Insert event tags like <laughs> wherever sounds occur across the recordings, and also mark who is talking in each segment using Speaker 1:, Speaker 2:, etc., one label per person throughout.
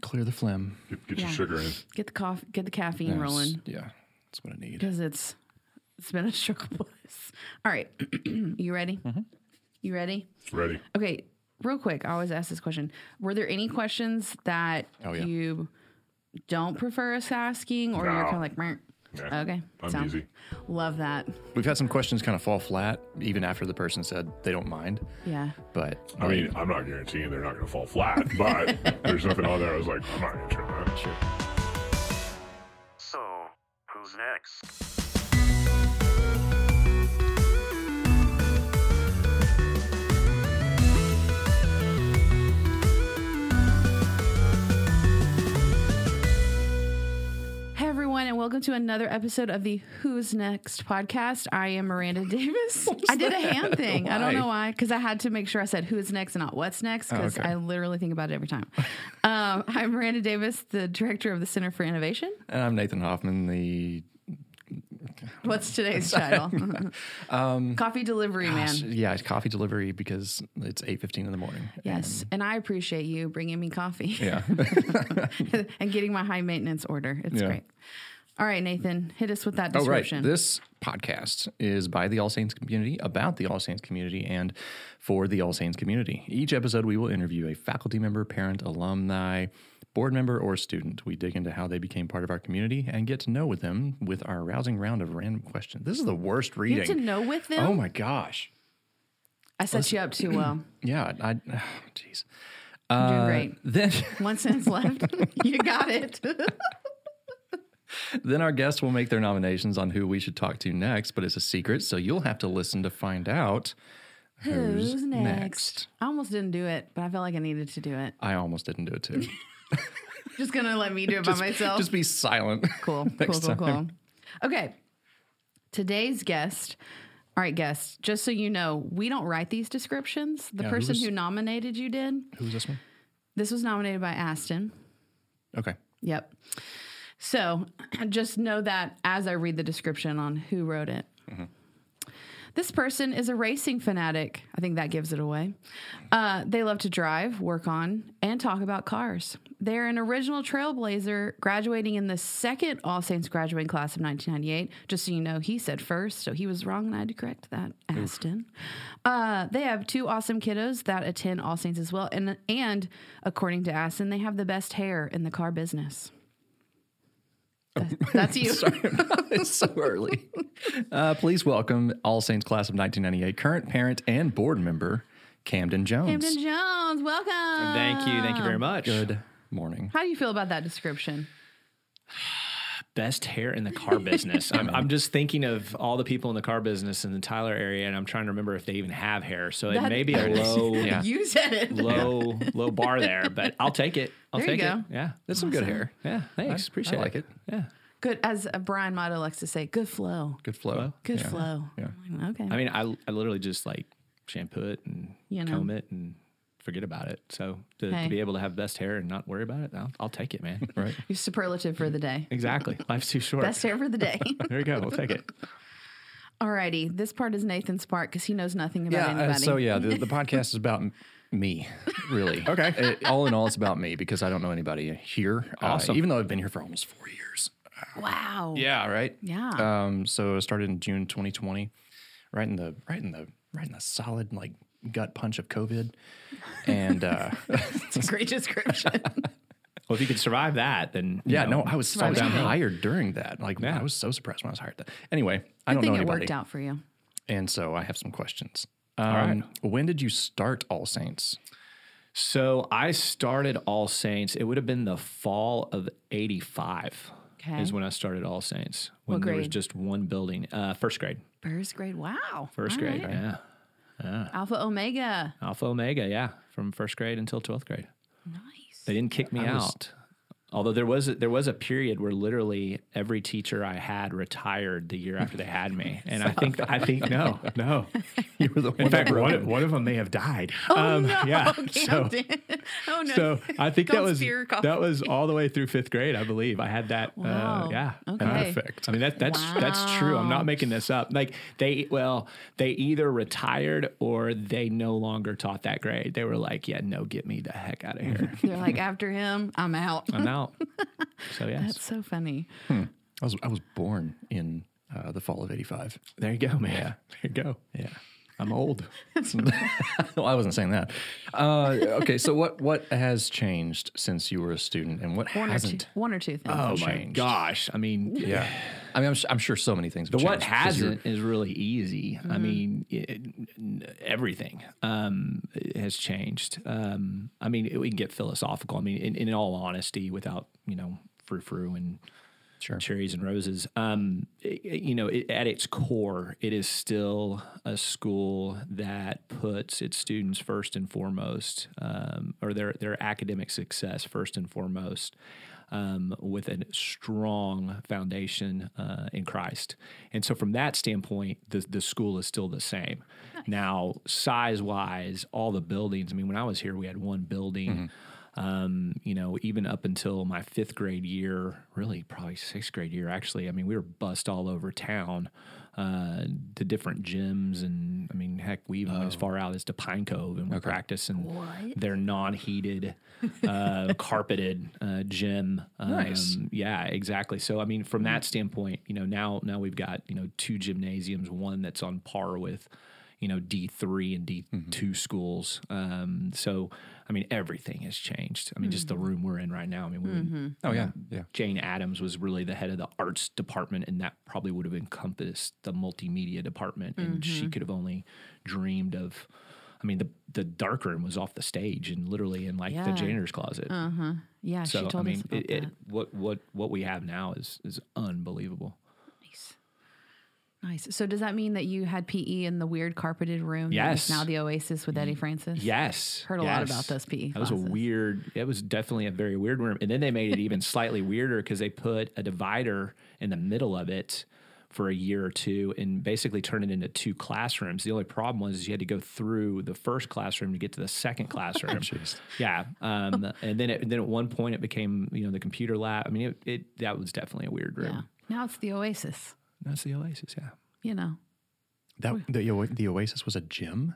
Speaker 1: clear the phlegm.
Speaker 2: Get, get
Speaker 3: Yeah.
Speaker 2: your sugar in.
Speaker 3: Get the coffee, get the caffeine
Speaker 1: That's-
Speaker 3: rolling
Speaker 1: Yeah, that's what I need.
Speaker 3: because it's it's been a struggle. boys. All right, <clears throat> you ready?
Speaker 1: Mm-hmm.
Speaker 3: You ready?
Speaker 2: Ready.
Speaker 3: Okay, real quick. I always ask this question. Were there any questions that
Speaker 1: Oh, yeah.
Speaker 3: you don't prefer us asking, or you're
Speaker 2: No.
Speaker 3: kind of like, "Meh."
Speaker 2: Yeah.
Speaker 3: okay,
Speaker 2: I'm
Speaker 3: so,
Speaker 2: easy.
Speaker 3: Love that.
Speaker 1: We've had some questions kind of fall flat, even after the person said they don't mind.
Speaker 3: Yeah.
Speaker 1: But
Speaker 2: I mean, I'm not guaranteeing they're not going to fall flat, but there's nothing on there. I was like, I'm not answering that. Sure.
Speaker 4: So, who's next?
Speaker 3: Hey everyone, and welcome to another episode of the Who's Next podcast. I am
Speaker 1: <laughs>
Speaker 3: Miranda Davis. I did a hand thing. I don't
Speaker 1: Why? Oh,
Speaker 3: know why, because I had to make sure I said who's next and not what's next, because
Speaker 1: okay.
Speaker 3: I literally think about it every time. um, <laughs> I'm Miranda Davis, the director of the Center for Innovation.
Speaker 1: and I'm Nathan Hoffman, the
Speaker 3: What's today's title?
Speaker 1: <laughs>
Speaker 3: <laughs> Coffee delivery
Speaker 1: Um, gosh,
Speaker 3: man.
Speaker 1: yeah, it's coffee delivery because it's 8:15 in the morning.
Speaker 3: Yes, and I appreciate you bringing me coffee
Speaker 1: Yeah.
Speaker 3: <laughs>
Speaker 1: <laughs>
Speaker 3: and getting my high maintenance order. It's
Speaker 1: Yeah.
Speaker 3: great. All right, Nathan, hit us with that
Speaker 1: Oh, right.
Speaker 3: description.
Speaker 1: This podcast is by the All Saints community, about the All Saints community, and for the All Saints community. Each episode, we will interview a faculty member, parent, alumni, board member, or student. We dig into how they became part of our community and get to know with them with our rousing round of random questions. This is the worst reading.
Speaker 3: Get to know with them.
Speaker 1: Oh, my gosh.
Speaker 3: I set you up too well.
Speaker 1: Yeah. I, <sighs> oh, jeez.
Speaker 3: You're
Speaker 1: Uh,
Speaker 3: great.
Speaker 1: Then, <laughs>
Speaker 3: One sentence left. you got it.
Speaker 1: then our guests will make their nominations on who we should talk to next, but it's a secret, so you'll have to listen to find out who's, next.
Speaker 3: I almost didn't do it, but I felt like I needed to do it.
Speaker 1: I almost didn't do it
Speaker 3: <laughs>
Speaker 1: too. <laughs>
Speaker 3: Just gonna let me do it
Speaker 1: just,
Speaker 3: by myself.
Speaker 1: Just be <laughs> silent.
Speaker 3: cool.
Speaker 1: next
Speaker 3: cool, cool,
Speaker 1: time.
Speaker 3: cool. Okay. Today's guest. All right, guests, just so you know, we don't write these descriptions. The
Speaker 1: Yeah, who
Speaker 3: person
Speaker 1: was-
Speaker 3: who nominated you did.
Speaker 1: Who's this one?
Speaker 3: This was nominated by Aston.
Speaker 1: Okay.
Speaker 3: Yep. So <clears throat> just know that as I read the description on who wrote it. This person is a racing fanatic. I think that gives it away. Uh, they love to drive, work on, and talk about cars. They're an original trailblazer, graduating in the second All Saints graduating class of 1998. Just so you know, he said first, so he was wrong, and I had to correct that, Aston. Uh, they have two awesome kiddos that attend All Saints as well, and and according to Aston, they have the best hair in the car business. That's, that's you.
Speaker 1: Sorry, <laughs> it's so early. <laughs> Uh, please welcome All Saints class of 1998, current parent and board member Camden Jones.
Speaker 3: Camden Jones, welcome.
Speaker 5: Thank you. Thank you
Speaker 3: Ah.
Speaker 5: very much.
Speaker 1: Good morning.
Speaker 3: How do you feel about that description?
Speaker 5: Best hair in the car business. I'm, <laughs> I'm just thinking of all the people in the car business in the Tyler area, and I'm trying to remember if they even have hair. So it
Speaker 3: That-
Speaker 5: may be a
Speaker 3: There it is. <laughs>
Speaker 5: low,
Speaker 1: Yeah.
Speaker 3: You said it.
Speaker 5: low, low
Speaker 3: <laughs>
Speaker 5: bar there, but I'll take it. I'll
Speaker 3: There you
Speaker 5: take
Speaker 3: go.
Speaker 5: it. Yeah.
Speaker 1: That's some good hair.
Speaker 5: Yeah. Thanks.
Speaker 1: I
Speaker 5: Appreciate
Speaker 1: like it.
Speaker 5: it. Yeah.
Speaker 3: Good, as uh, Brian Motto likes to say, good flow.
Speaker 1: Good flow.
Speaker 3: Good
Speaker 1: Yeah.
Speaker 3: flow.
Speaker 1: Yeah.
Speaker 3: Okay.
Speaker 5: I mean, I, I literally just like shampoo it and
Speaker 3: You know.
Speaker 5: comb it and forget about it. So to,
Speaker 3: Hey.
Speaker 5: to be able to have best hair and not worry about it, I'll, I'll take
Speaker 3: <laughs>
Speaker 5: it, man.
Speaker 1: Right.
Speaker 3: You're superlative for the
Speaker 5: <laughs>
Speaker 3: day.
Speaker 5: exactly. Life's too short.
Speaker 3: Best hair for the day. <laughs>
Speaker 5: There you go. We'll take it.
Speaker 3: Alrighty. This part is Nathan's part because he knows nothing about
Speaker 1: Yeah. uh,
Speaker 3: anybody.
Speaker 1: so yeah,
Speaker 3: <laughs>
Speaker 1: the, the podcast is about m- me, really. okay. all in all, it's about me because I don't know anybody here. uh,
Speaker 5: Awesome.
Speaker 1: even though I've been here for almost four years.
Speaker 3: Wow.
Speaker 1: Yeah. Right.
Speaker 3: Yeah.
Speaker 1: Um, so I started in June 2020, right in the right in the right in the solid like gut punch of COVID, and
Speaker 3: <laughs>
Speaker 1: uh, <laughs>
Speaker 3: It's a great
Speaker 5: <laughs>
Speaker 3: description.
Speaker 5: Well, if you could survive that, then you
Speaker 1: yeah,
Speaker 5: know,
Speaker 1: no, I was I was
Speaker 3: Surviving.
Speaker 1: hired during that. Like
Speaker 5: Yeah.
Speaker 1: I was so surprised when I was hired. That. Anyway, I
Speaker 3: I
Speaker 1: don't know
Speaker 3: think it
Speaker 1: anybody,
Speaker 3: worked out for you.
Speaker 1: and so I have some questions.
Speaker 5: right.
Speaker 1: Um, When did you start All Saints?
Speaker 5: So I started All Saints. It would have been the fall of '85
Speaker 3: Okay.
Speaker 5: is when I started All Saints. When
Speaker 3: What
Speaker 5: there was
Speaker 3: grade?
Speaker 5: just one building. Uh, first grade.
Speaker 3: First grade. Wow.
Speaker 5: First
Speaker 3: All
Speaker 5: grade.
Speaker 3: right.
Speaker 5: Yeah.
Speaker 3: Alpha
Speaker 5: <laughs>
Speaker 3: Omega.
Speaker 5: Alpha Omega. Yeah. From first grade until twelfth grade.
Speaker 3: Nice.
Speaker 5: They didn't kick me
Speaker 1: was-
Speaker 5: out. Although there was there was a period where literally every teacher I had retired the year after they had me,
Speaker 3: <laughs>
Speaker 5: and I think I think no no.
Speaker 1: <laughs> You were the one.
Speaker 5: In fact,
Speaker 1: that broke
Speaker 5: one,
Speaker 1: it.
Speaker 3: Oh, <laughs>
Speaker 5: one of them may have died. um, yeah. So
Speaker 3: Camden. <laughs> Oh no.
Speaker 5: So I think that was
Speaker 3: Conspira coffee.
Speaker 5: that was all the way through fifth grade, I believe. I had that.
Speaker 3: Wow.
Speaker 5: Uh, yeah.
Speaker 3: Okay.
Speaker 5: Perfect. I mean that that's that's true. I'm
Speaker 3: Wow.
Speaker 5: not making this up. Like they well, they either retired or they no longer taught that grade. They were like, yeah, no, get me the heck out of here.
Speaker 3: <laughs> They're like after him, I'm
Speaker 5: <laughs>
Speaker 3: out.
Speaker 5: I'm out. So yes,
Speaker 3: That's so funny.
Speaker 1: I was I was born in uh, the fall of '85.
Speaker 5: there you go, man. There you go.
Speaker 1: Yeah.
Speaker 5: I'm old.
Speaker 1: <laughs> well, I wasn't saying that. Uh, okay, so what what has changed since you were a student, and what
Speaker 3: One or two,
Speaker 1: hasn't?
Speaker 3: one or two things.
Speaker 5: Oh my
Speaker 1: changed.
Speaker 5: gosh. I mean,
Speaker 1: Yeah, I mean, I'm, su- I'm sure so many things. Have
Speaker 5: The what
Speaker 1: changed 'cause you're-
Speaker 5: hasn't is really easy. I mean, it, n- everything um, has changed. Um, I mean, we can get philosophical. I mean, in, in all honesty, without you know, frou frou and
Speaker 1: Sure.
Speaker 5: cherries and roses. Um, it- it- you know, it, at its core, it is still a school that puts its students first and foremost, um, or their their academic success first and foremost. Um, with a strong foundation uh, in Christ, and so from that standpoint, the the school is still the same. Now, size wise, all the buildings. I mean, when I was here, we had one building um, you know, even up until my fifth grade year, really probably sixth grade year, actually. I mean, we were bussed all over town uh, to different gyms, and I mean, heck, we even went as far out as to Pine Cove and we practiced in their non-heated, uh, carpeted uh, gym. Um,
Speaker 1: Nice.
Speaker 5: Yeah, exactly. So, I mean, from that standpoint, you know, now now we've got you know two gymnasiums, one that's on par with you know D three and D 2 schools. Um, so I mean everything has changed. I mean just
Speaker 3: Mm-hmm.
Speaker 5: the room we're in right now. I mean we would-
Speaker 1: Oh yeah, yeah.
Speaker 5: Jane Addams was really the head of the arts department, and that probably would have encompassed the multimedia department.
Speaker 3: Mm-hmm.
Speaker 5: And she could have only dreamed of. I mean the the dark room was off the stage and literally in like the
Speaker 3: Yeah.
Speaker 5: janitor's closet.
Speaker 3: yeah,
Speaker 5: so
Speaker 3: she told
Speaker 5: I mean
Speaker 3: us about
Speaker 5: it, it-
Speaker 3: that.
Speaker 5: what what what we have now is is unbelievable.
Speaker 3: Nice. So does that mean that you had PE in the weird carpeted room? that is
Speaker 5: Yes.
Speaker 3: Now the Oasis with Eddie Francis.
Speaker 5: Yes.
Speaker 3: <laughs> Heard a lot
Speaker 5: yes.
Speaker 3: about those PE
Speaker 5: That was a
Speaker 3: classes.
Speaker 5: weird, it was definitely a very weird room. And then they made it even slightly weirder because they put a divider in the middle of it for a year or two and basically turned it into two classrooms. The only problem was you had to go through the first classroom to get to the second classroom. yeah. Um, and then it, then at one point it became, you know, the computer lab. I mean, it, it that was definitely a weird room.
Speaker 3: Yeah. Now it's the Oasis.
Speaker 5: That's the Oasis, yeah.
Speaker 3: You know.
Speaker 1: That the, O- the Oasis was a gym.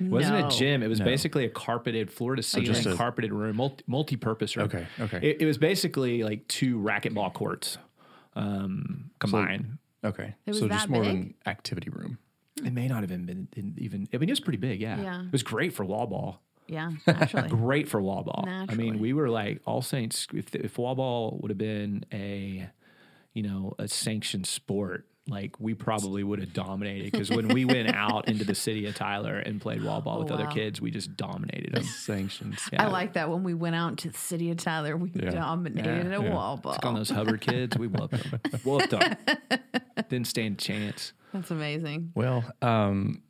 Speaker 5: wasn't
Speaker 3: No.
Speaker 5: a gym. It was basically a carpeted floor to ceiling,
Speaker 1: just a-
Speaker 5: carpeted room, multi- multi-purpose room.
Speaker 1: Okay, okay.
Speaker 5: It, it was basically like two racquetball courts um, combined.
Speaker 1: Okay,
Speaker 3: It was
Speaker 1: so
Speaker 3: that
Speaker 1: just more of
Speaker 3: big?
Speaker 1: an activity room.
Speaker 5: it may not have even been in- even. I mean, it was pretty big. Yeah.
Speaker 3: Yeah.
Speaker 5: It was great for wall ball. <laughs>
Speaker 3: Yeah. Actually.
Speaker 5: Great for wall ball. I
Speaker 3: Naturally.
Speaker 5: mean, we were like All Saints. If, if wall ball would have been a, you know, a sanctioned sport. Like we probably would have dominated because when
Speaker 3: <laughs>
Speaker 5: we went out into the city of Tyler and played wall ball with
Speaker 3: Oh, wow.
Speaker 5: other kids, we just
Speaker 3: <laughs>
Speaker 5: dominated them.
Speaker 1: Sanctions.
Speaker 3: I like that when we went out to the city of Tyler, we dominated a wall ball.
Speaker 5: Took on those Hubbard kids. We
Speaker 3: <laughs>
Speaker 5: whooped them. Whooped them. Didn't stand a chance.
Speaker 3: That's amazing.
Speaker 1: Well, um,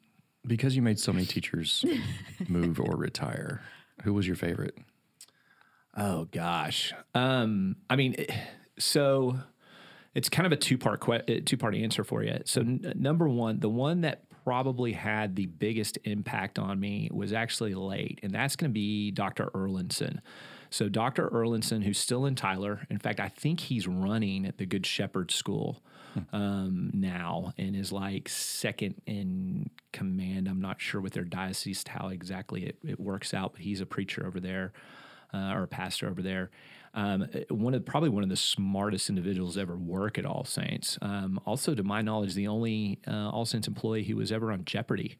Speaker 1: because you made so many teachers <laughs> move or retire, who was your favorite?
Speaker 5: Oh gosh. Um, I mean, it- so it's kind of a two part que- two part answer for you. So n- number one, the one that probably had the biggest impact on me was actually late, and that's going to be Dr. Erlinson. So Dr. Erlinson, who's still in Tyler, in fact, I think he's running at the Good Shepherd School um, now and is like second in command. I'm not sure with their diocese how exactly it, it works out, but he's a preacher over there uh, or a pastor over there. Um, one of probably one of the smartest individuals to ever work at All Saints. Um, also, to my knowledge, the only uh, All Saints employee who was ever on Jeopardy.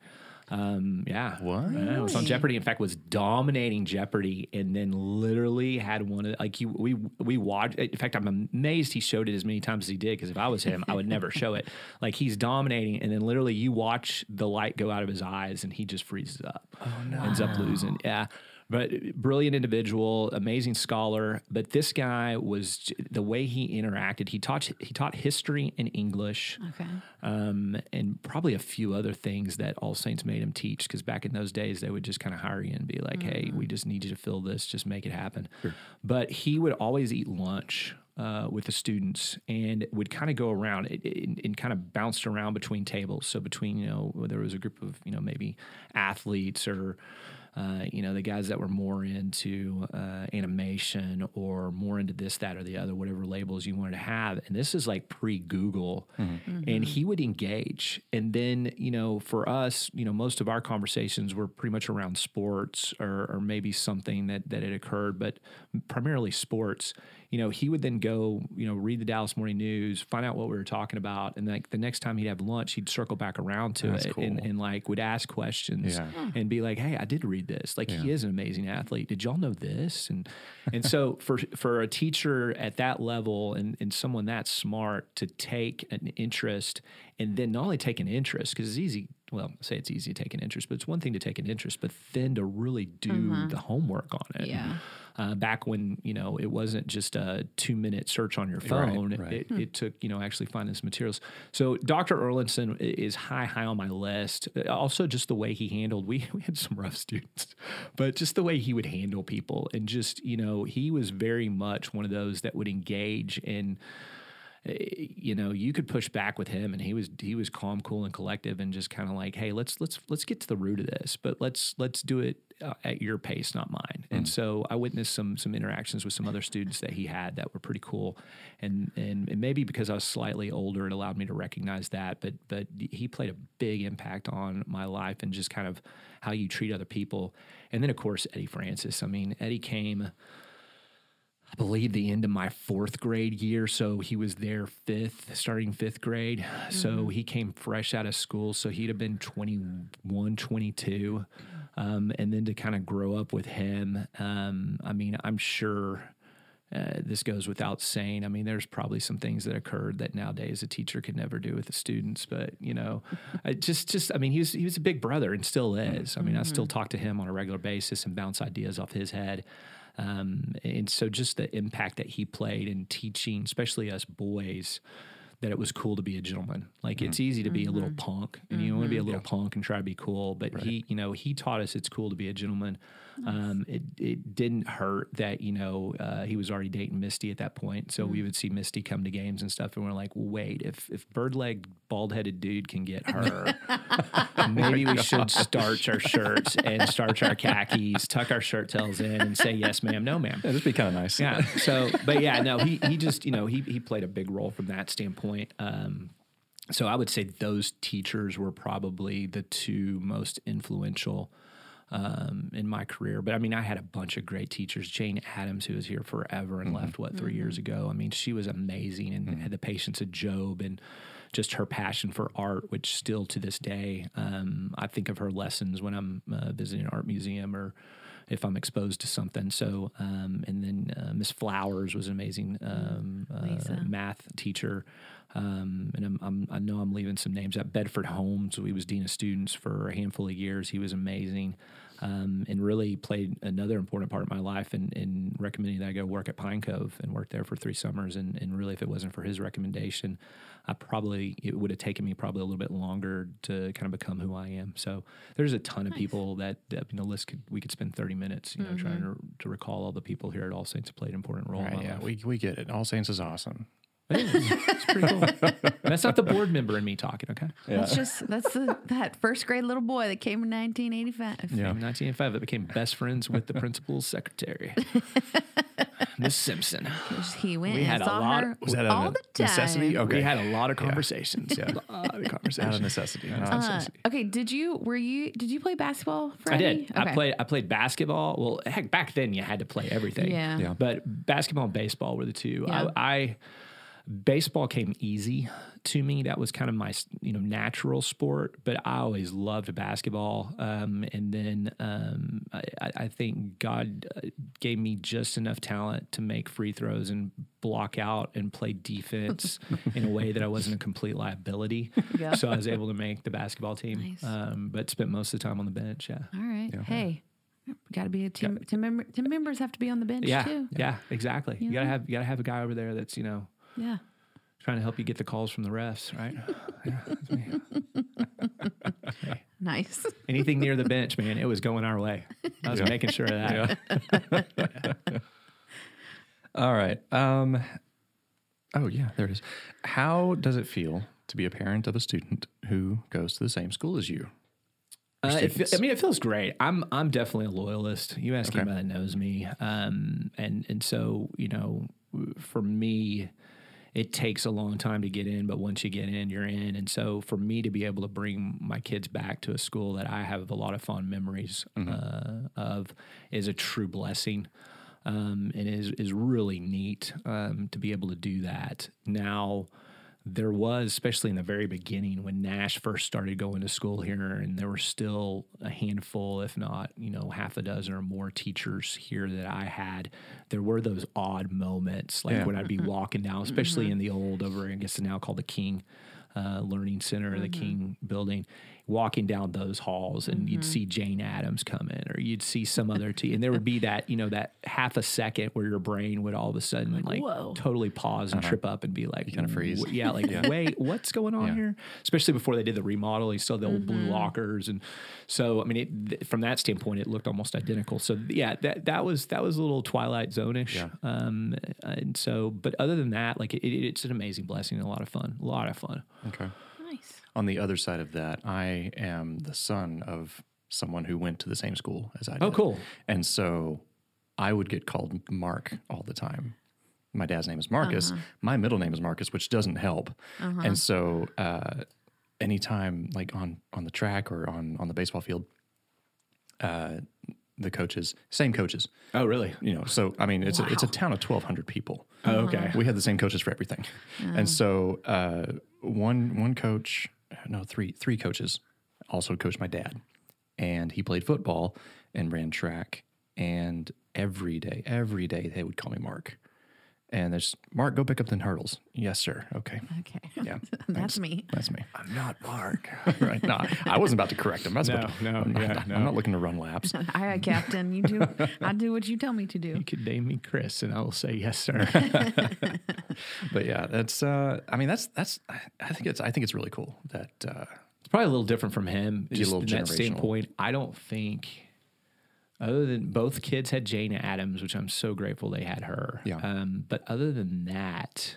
Speaker 5: Um, yeah,
Speaker 1: What?
Speaker 5: Yeah, was on Jeopardy. In fact, was dominating Jeopardy, and then literally had one of like he, we we watched. In fact, I'm amazed he showed it as many times as he did because if I was him, I would never show it. <laughs> Like he's dominating, and then literally you watch the light go out of his eyes, and he just freezes up. Oh no! Ends up losing. Yeah. But brilliant individual, amazing scholar. But this guy was j- the way he interacted. He taught he taught history and English
Speaker 3: Okay.
Speaker 5: um, and probably a few other things that All Saints made him teach. Because back in those days, they would just kind of hire you and be like, "Hey, we just need you to fill this. Just make it happen." But he would always eat lunch. Uh, with the students and would kind of go around it, it, and kind of bounced around between tables. So between you know there was a group of you know maybe athletes or uh, you know, the guys that were more into uh, animation or more into this, that, or the other, whatever labels you wanted to have. And this is like pre Google.
Speaker 1: Mm-hmm.
Speaker 5: And he would engage. And then, you know, for us, you know, most of our conversations were pretty much around sports or, or maybe something that, that had occurred, but primarily sports. You know, he would then go, you know, read the Dallas Morning News, find out what we were talking about. And like the next time he'd have lunch, he'd circle back around to
Speaker 1: That's
Speaker 5: it and,
Speaker 1: cool.
Speaker 5: and like would ask questions
Speaker 1: Yeah.
Speaker 5: and be like, "Hey, I did read this. Like, he is an amazing athlete. Did y'all know this?" And and so for for a teacher at that level and and someone that smart to take an interest and then not only take an interest because it's easy. Well, I say it's easy to take an interest, but it's one thing to take an interest, but then to really do the homework on it.
Speaker 3: Yeah.
Speaker 5: Uh, back when you know it wasn't just a two-minute search on your phone, It-
Speaker 1: right.
Speaker 5: It, it took you know actually finding some materials. So Dr. Erlinson i- is high high on my list. Uh, Also, just the way he handled we <laughs> we had some rough students, but just the way he would handle people and just you know he was very much one of those that would engage and you know you could push back with him and he was he was calm cool and collective and just kind of like hey let's let's let's get to the root of this but let's let's do it uh, at your pace not mine and so i witnessed some some interactions with some other students that he had that were pretty cool and and, and maybe because i was slightly older it allowed me to recognize that but but he played a big impact on my life and just kind of how you treat other people and then of course eddie francis i mean eddie came I believe the end of my fourth grade year. So he was there fifth, starting fifth grade. So he came fresh out of school. So he'd have been 21, 22. Um, and then to kind of grow up with him, um, I mean, I'm sure. Uh, this goes without saying. I mean, there's probably some things that occurred that nowadays a teacher could never do with the students. But you know, I just, just, I mean, he was he was a big brother and still is. I mean, I still talk to him on a regular basis and bounce ideas off his head. Um, and so just the impact that he played in teaching, especially us boys, that it was cool to be a gentleman. Like it's easy to be a little punk and you want to be a little punk and try to be cool, but he, you know, he taught us it's cool to be a gentleman. Um, it, it didn't hurt that, you know, uh, he was already dating Misty at that point. So we would see Misty come to games and stuff. And we're like, wait, if, if bird legged, bald headed dude can get her, maybe we should starch our shirts and starch our khakis, tuck our shirt tails in and say, yes, ma'am, no, ma'am.
Speaker 1: That'd be kind of nice.
Speaker 5: Yeah. So, but yeah, no, he he just you know he he played a big role from that standpoint. Um, so I would say those teachers were probably the two most influential um, in my career. But I mean, I had a bunch of great teachers. Jane Addams, who was here forever and left what 3 years ago. I mean, she was amazing and had the patience of Job and just her passion for art, which still to this day, um, I think of her lessons when I'm uh, visiting an art museum or if I'm exposed to something. So, um, and then uh, Miss Flowers was an amazing um, uh, math teacher. Um, and I'm, I'm, I know I'm leaving some names out. Bedford Holmes, he was dean of students for a handful of years. He was amazing, um, and really played another important part of my life. In, in recommending that I go work at Pine Cove and worked there for three summers. And, and really, if it wasn't for his recommendation, I probably it would have taken me probably a little bit longer to kind of become who I am. So there's a ton of people that, that you know, list could we could spend 30 minutes, you know, trying to, to recall all the people here at All Saints who played an important role. in
Speaker 1: Right,
Speaker 5: my
Speaker 1: yeah,
Speaker 5: life.
Speaker 1: we, we get it. All Saints is awesome.
Speaker 5: It's pretty cool. And <laughs> that's not the board member in me talking, okay?
Speaker 3: That's just that's the, that first grade little boy that came in 1985.
Speaker 1: Yeah.
Speaker 5: In 1985, I became best friends with the principal's <laughs> secretary, Miss Simpson.
Speaker 3: He went.
Speaker 5: We
Speaker 3: and
Speaker 5: had a Oh,
Speaker 3: saw
Speaker 5: lot-
Speaker 3: Her
Speaker 1: Was that a
Speaker 3: all the time.
Speaker 1: necessity? Okay.
Speaker 5: We had a lot of conversations.
Speaker 1: Yeah.
Speaker 5: A lot of
Speaker 1: Out of
Speaker 5: conversations.
Speaker 1: necessity.
Speaker 3: Uh, okay. Did you were you did you play basketball?
Speaker 5: I
Speaker 3: Friday?
Speaker 5: did. I
Speaker 3: Okay.
Speaker 5: played. I played basketball. Well, heck, back then you had to play everything.
Speaker 3: Yeah. Yeah.
Speaker 5: But basketball and baseball were the two.
Speaker 3: Yeah.
Speaker 5: I, I baseball came easy to me. That was kind of my you know natural sport. But I always loved basketball. Um, and then um, I, I I think God uh, gave me just enough talent to make free throws and block out and play defense
Speaker 3: <laughs>
Speaker 5: in a way that I wasn't a complete liability.
Speaker 3: Yeah.
Speaker 5: So I was able to make the basketball team.
Speaker 3: Nice.
Speaker 5: Um, but spent most of the time on the bench. Yeah.
Speaker 3: All right. Hey, got to be a team. Team, member, team members have to be on the bench
Speaker 5: Yeah,
Speaker 3: too.
Speaker 5: yeah, exactly. You gotta have you gotta have a guy over there that's you know
Speaker 3: Yeah.
Speaker 5: trying to help you get the calls from the refs, right?
Speaker 3: Nice.
Speaker 5: Anything near the bench, man, it was going our way. I was making sure of that.
Speaker 1: All right. Um, oh, yeah, there it is. How does it feel to be a parent of a student who goes to the same school as you?
Speaker 5: Uh, it fe-
Speaker 1: students?
Speaker 5: I mean, it feels great. I'm I'm definitely a loyalist. You ask
Speaker 1: Okay.
Speaker 5: anybody that knows me, um, and and so you know, for me, it takes a long time to get in, but once you get in, you're in. And so for me to be able to bring my kids back to a school that I have a lot of fond memories uh, of is a true blessing. Um, and is is really neat um, to be able to do that now there was, especially in the very beginning when Nash first started going to school here, and there were still a handful, if not, you know, half a dozen or more teachers here that I had. There were those odd moments, like
Speaker 1: Yeah.
Speaker 5: when I'd be walking down, especially in the old over, I guess now called the King uh, Learning Center, or the King building, walking down those halls, and you'd see Jane Addams come in, or you'd see some other tea, and there would be that, you know, that half a second where your brain would all of a sudden like,
Speaker 3: whoa.
Speaker 5: totally pause and trip up and be like,
Speaker 1: kinda freeze.
Speaker 5: "Wh- <laughs> yeah, like wait, what's going on
Speaker 1: Yeah.
Speaker 5: here? Especially before they did the remodel, you still had the old blue lockers, and so I mean, it, th- from that standpoint, it looked almost identical. So yeah, that that was that was a little Twilight Zone ish. Um, and so, but other than that, like it, it- it's an amazing blessing, and a lot of fun, a lot of fun.
Speaker 1: Okay.
Speaker 3: Nice.
Speaker 1: On the other side of that, I am the son of someone who went to the same school as I did.
Speaker 5: Oh, cool.
Speaker 1: And so I would get called Mark all the time. My dad's name is Marcus. My middle name is Marcus, which doesn't help. And so uh, anytime, like on on the track or on on the baseball field, uh, the coaches, same coaches,
Speaker 5: Oh, really?
Speaker 1: you know. So I mean, it's a, it's a town of twelve hundred people.
Speaker 5: Oh, okay.
Speaker 1: We had the same coaches for everything, and so uh, one one coach, no three three coaches, also coached my dad, and he played football and ran track, and every day every day they would call me Mark, and there's Mark, go pick up the hurdles. Yes, sir. Okay.
Speaker 3: <laughs> Okay.
Speaker 1: Yeah,
Speaker 3: That's me. <laughs>
Speaker 1: that's me.
Speaker 5: I'm not Mark.
Speaker 1: <laughs> right? No, I wasn't about to correct him. That's
Speaker 5: No,
Speaker 1: about to,
Speaker 5: no,
Speaker 1: I'm not,
Speaker 5: yeah, no.
Speaker 1: I'm not looking to run laps.
Speaker 3: Hi, Captain. You do. I do what you tell me to do. <laughs>
Speaker 5: you could name me Chris, and I will say yes, sir. <laughs>
Speaker 1: But yeah, that's. Uh, I mean, that's that's. I I think it's. I think it's really cool that. Uh,
Speaker 5: probably a little different from him.
Speaker 1: a
Speaker 5: Just
Speaker 1: little
Speaker 5: from that
Speaker 1: generational.
Speaker 5: standpoint, I don't think. Other than both kids had Jane Addams, which I'm so grateful they had her.
Speaker 1: Yeah.
Speaker 5: Um, but other than that,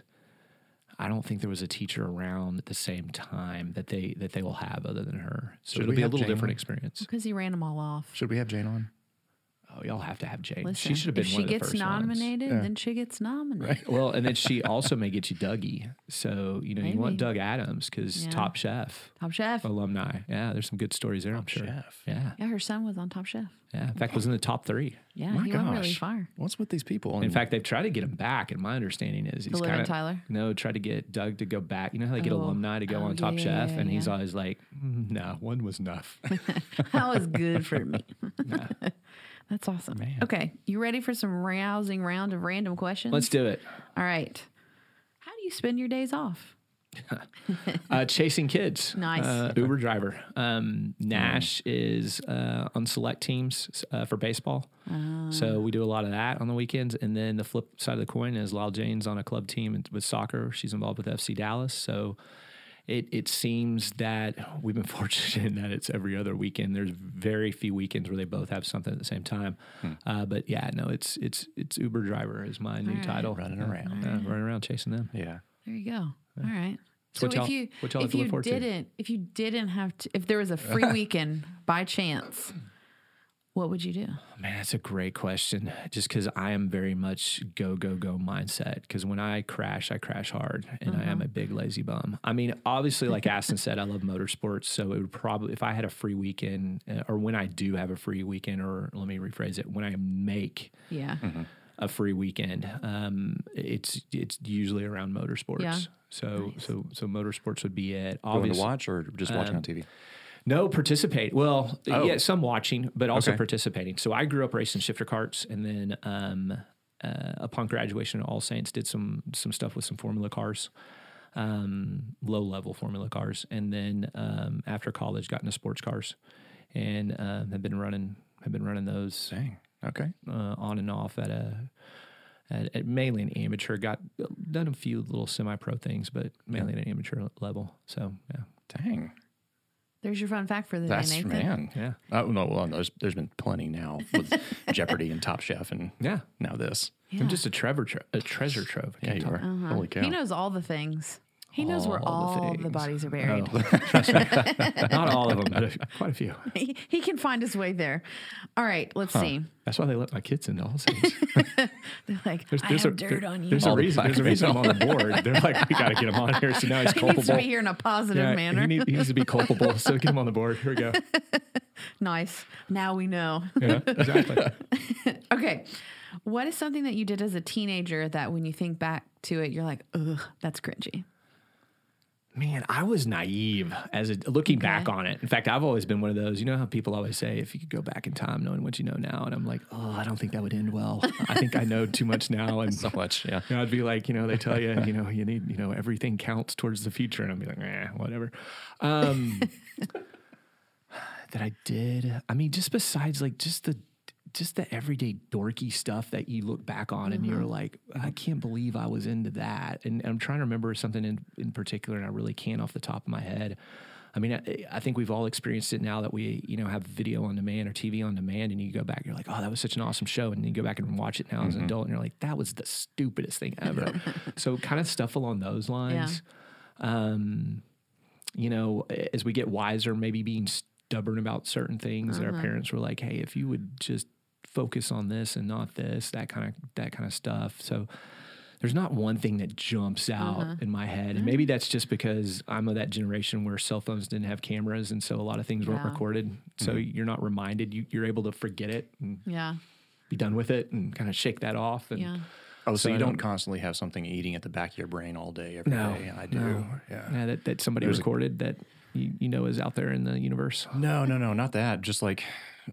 Speaker 5: I don't think there was a teacher around at the same time that they that they will have other than her. So
Speaker 1: Should
Speaker 5: it'll
Speaker 1: we
Speaker 5: be a
Speaker 1: have
Speaker 5: little
Speaker 1: Jane?
Speaker 5: different experience.
Speaker 3: Because he ran them all off.
Speaker 1: should we have Jane on?
Speaker 5: Oh, y'all have to have Jane.
Speaker 3: Listen,
Speaker 5: she should have been
Speaker 3: if
Speaker 5: one
Speaker 3: she
Speaker 5: of the
Speaker 3: gets
Speaker 5: first ones.
Speaker 3: nominated, then she gets nominated.
Speaker 5: Well, and then she also may get you Dougie. So you know you want
Speaker 3: Maybe.
Speaker 5: Doug Adams because
Speaker 3: Yeah.
Speaker 5: Top Chef
Speaker 3: Top Chef.
Speaker 5: alumni. Yeah, there's some good stories there. I'm sure.
Speaker 1: Chef.
Speaker 5: Yeah.
Speaker 3: Yeah, her son was on Top Chef.
Speaker 5: Yeah, in fact, was in the top three.
Speaker 3: Yeah,
Speaker 1: My
Speaker 3: he
Speaker 1: gosh,
Speaker 3: went really
Speaker 5: <laughs>
Speaker 3: far.
Speaker 1: what's with these people?
Speaker 5: In
Speaker 1: And-
Speaker 5: fact, they've tried to get him back, and my understanding is he's
Speaker 3: Balloon
Speaker 5: kind of
Speaker 3: and Tyler?
Speaker 5: No, tried to get Doug to go back. You know how they get
Speaker 3: Oh.
Speaker 5: alumni to go
Speaker 3: Oh,
Speaker 5: on Top
Speaker 3: yeah,
Speaker 5: Chef,
Speaker 3: yeah,
Speaker 5: and he's
Speaker 3: yeah.
Speaker 5: always like, "Mm, "No, one was enough."
Speaker 3: That was good for
Speaker 5: <laughs>
Speaker 3: me. <laughs> That's awesome. Okay, you ready for some rousing round of random questions? <laughs>
Speaker 5: Let's do it.
Speaker 3: All right. How do you spend your days off?
Speaker 5: Uh, chasing kids.
Speaker 3: Nice.
Speaker 5: Uh, Uber driver. Um, Nash is uh, on select teams uh, for baseball, so we do a lot of that on the weekends. And then the flip side of the coin is Lyle Jane's on a club team and- with soccer. She's involved with FC Dallas, so. It, it seems that we've been <laughs> fortunate in that it's every other weekend. There's very few weekends where they both have something at the same time.
Speaker 1: Hmm.
Speaker 5: Uh, but yeah, no, it's it's it's Uber driver is my new title.
Speaker 1: Running
Speaker 5: Yeah,
Speaker 1: around.
Speaker 5: yeah, running around chasing them.
Speaker 1: yeah.
Speaker 3: There you go. All right.
Speaker 5: So what y'all- what y'all have
Speaker 3: if
Speaker 5: to look
Speaker 3: you
Speaker 5: forward to?
Speaker 3: didn't if you didn't have to if there was a
Speaker 5: <laughs>
Speaker 3: free weekend by chance, what would you do?
Speaker 5: Man, that's a great question. Just because I am very much go, go, go mindset. Because when I crash, I crash hard and I am a big lazy bum. I mean, obviously, like Aston said, I love motorsports. So it would probably, if I had a free weekend, uh, or when I do have a free weekend, or let me rephrase it, when I make
Speaker 3: Yeah.
Speaker 5: a free weekend, um, it's it's usually around motorsports.
Speaker 3: Yeah.
Speaker 5: So, so, so motorsports would be it.
Speaker 1: Going to
Speaker 5: Obviously,
Speaker 1: watch or just
Speaker 5: um,
Speaker 1: watching on TV?
Speaker 5: no, participate. Well,
Speaker 1: Oh.
Speaker 5: yeah, some watching, but also
Speaker 1: Okay.
Speaker 5: participating. So I grew up racing shifter carts, and then um, uh, upon graduation at All Saints, did some some stuff with some Formula cars, um, low level Formula cars, and then um, after college, got into sports cars, and um, have been running have been running those
Speaker 1: Dang. Okay.
Speaker 5: uh, on and off at a at, at mainly an amateur. Got done a few little semi pro things, but mainly at an amateur level. So yeah,
Speaker 1: Dang.
Speaker 3: There's your fun fact for the
Speaker 1: That's
Speaker 3: day, Nathan.
Speaker 1: man.
Speaker 5: Yeah.
Speaker 1: Oh no. Well, no, there's there's been plenty now
Speaker 3: <laughs>
Speaker 1: with Jeopardy and Top Chef and
Speaker 5: yeah.
Speaker 1: now this.
Speaker 3: Yeah.
Speaker 5: I'm just a Trevor, tre- a treasure trove. I
Speaker 1: Yeah,
Speaker 5: can't
Speaker 1: you
Speaker 3: uh-huh.
Speaker 5: talk.
Speaker 1: are. Holy cow.
Speaker 3: He knows all the things. He knows where all the,
Speaker 5: things.
Speaker 3: bodies are buried.
Speaker 5: Not all of them, but
Speaker 1: <laughs>
Speaker 5: a few- quite a <laughs> few.
Speaker 3: <laughs> He, he can find his way there. All right, let's see. <laughs>
Speaker 5: That's why they let my kids into <laughs> all scenes.
Speaker 3: They're like, I
Speaker 5: there's
Speaker 3: have
Speaker 5: a-
Speaker 3: dirt on you.
Speaker 5: There's a
Speaker 1: All the
Speaker 5: reason. There's a
Speaker 1: fucking
Speaker 5: reason I'm on the board. They're like, we got to get him on here.
Speaker 3: <laughs>
Speaker 5: So now he's
Speaker 3: He needs to
Speaker 5: culpable.
Speaker 3: be here in a positive
Speaker 5: Yeah,
Speaker 3: manner.
Speaker 5: he, need, he needs to
Speaker 3: <laughs>
Speaker 5: be culpable. So get him on the board. Here we go.
Speaker 3: nice. Now we know.
Speaker 5: <laughs> Yeah, exactly.
Speaker 3: Okay. What is something that you did as a teenager that when you think back to it, you're like, ugh, that's cringy?
Speaker 5: Man, I was naive as a, looking back on it. In fact, I've always been one of those. You know how people always say, "If you could go back in time, knowing what you know now," and I'm like, "Oh, I don't think that would end well. I think I know too much
Speaker 3: <laughs>
Speaker 5: now." And
Speaker 1: So much, yeah.
Speaker 5: You know, <laughs> I'd be like, you know, they tell you, you know, you need, you know, everything counts towards the future, and I'd be like, eh, whatever. Um, that I did. I mean, just besides like just the just the everyday dorky stuff that you look back on and you're like, I can't believe I was into that. And, and I'm trying to remember something in, in particular, and I really can't off the top of my head. I mean, I, I think we've all experienced it now that we, you know, have video on demand or TV on demand, and you go back, you're like, oh, that was such an awesome show, and you go back and watch it now as an adult, and you're like, that was the stupidest thing ever. so, kind of stuff along those lines you know, as we get wiser, maybe being stubborn about certain things that our
Speaker 3: Mm-hmm.
Speaker 5: parents were like, "Hey, if you would just focus on this and not this," that kind of that kind of stuff. So there's not one thing that jumps out
Speaker 3: Mm-hmm.
Speaker 5: in my head, and maybe that's just because I'm of that generation where cell phones didn't have cameras, and so a lot of things weren't
Speaker 3: Yeah.
Speaker 5: recorded. So
Speaker 1: Mm-hmm.
Speaker 5: you're not reminded; you, you're able to forget it and
Speaker 3: Yeah.
Speaker 5: be done with it, and kind of shake that off. And
Speaker 3: Yeah.
Speaker 1: Oh, so,
Speaker 5: I
Speaker 1: you don't,
Speaker 5: don't-
Speaker 1: constantly have something eating at the back of your brain all day every day?
Speaker 5: No,
Speaker 1: I do.
Speaker 5: no.
Speaker 1: Yeah.
Speaker 5: yeah, that that somebody
Speaker 1: There's a-
Speaker 5: recorded that you, you know is out there in the universe.
Speaker 1: No, no, no, not that. Just like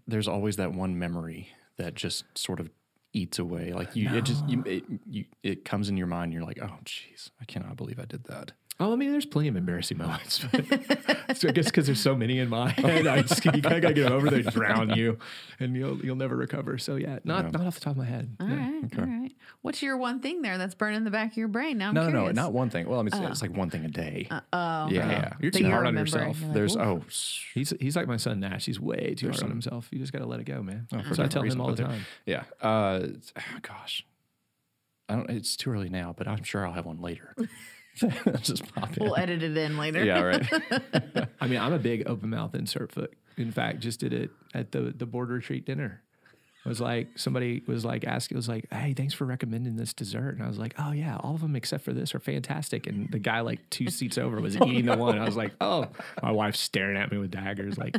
Speaker 1: there's always that one memory that just sort of eats away. Like you, it just you, it, you, it comes in your mind. And you're like, oh, jeez, I cannot believe I did that.
Speaker 5: Oh, I mean, there's plenty of embarrassing moments. But so I guess because there's so many in my head, I just, you kind of got to get over. They drown you, and you'll you'll never recover. So yeah, not not off the top of my head.
Speaker 3: All right. All right. What's your one thing there that's burning in the back of your brain? Now I'm
Speaker 1: No, no, no,
Speaker 3: curious. Uh.
Speaker 1: not one thing. Well, I mean, it's, it's like one thing a day. oh, yeah, yeah.
Speaker 5: You're
Speaker 3: That
Speaker 5: too
Speaker 3: you're
Speaker 5: hard on
Speaker 3: remembering.
Speaker 5: yourself.
Speaker 3: You're like,
Speaker 1: There's
Speaker 3: "Ooh."
Speaker 1: oh, s-
Speaker 5: He's he's like my son Nash. He's way too hard on himself. You just got to let it go, man.
Speaker 1: Oh,
Speaker 5: so I tell him
Speaker 1: reason,
Speaker 5: all
Speaker 1: but
Speaker 5: the
Speaker 1: there-
Speaker 5: time.
Speaker 1: Yeah. Uh, gosh, I don't. It's too early now, but I'm sure I'll have one later. <laughs> just pop in.
Speaker 3: We'll edit it in later.
Speaker 1: yeah. Right.
Speaker 5: I mean, I'm a big open mouth insert foot. In fact, just did it at the the board retreat dinner. It was like somebody was like asking, was like, "Hey, thanks for recommending this dessert," and I was like, "Oh yeah, all of them except for this are fantastic." And the guy like two seats over <laughs> was eating the one. I was like, "Oh," <laughs> my wife's staring at me with daggers, like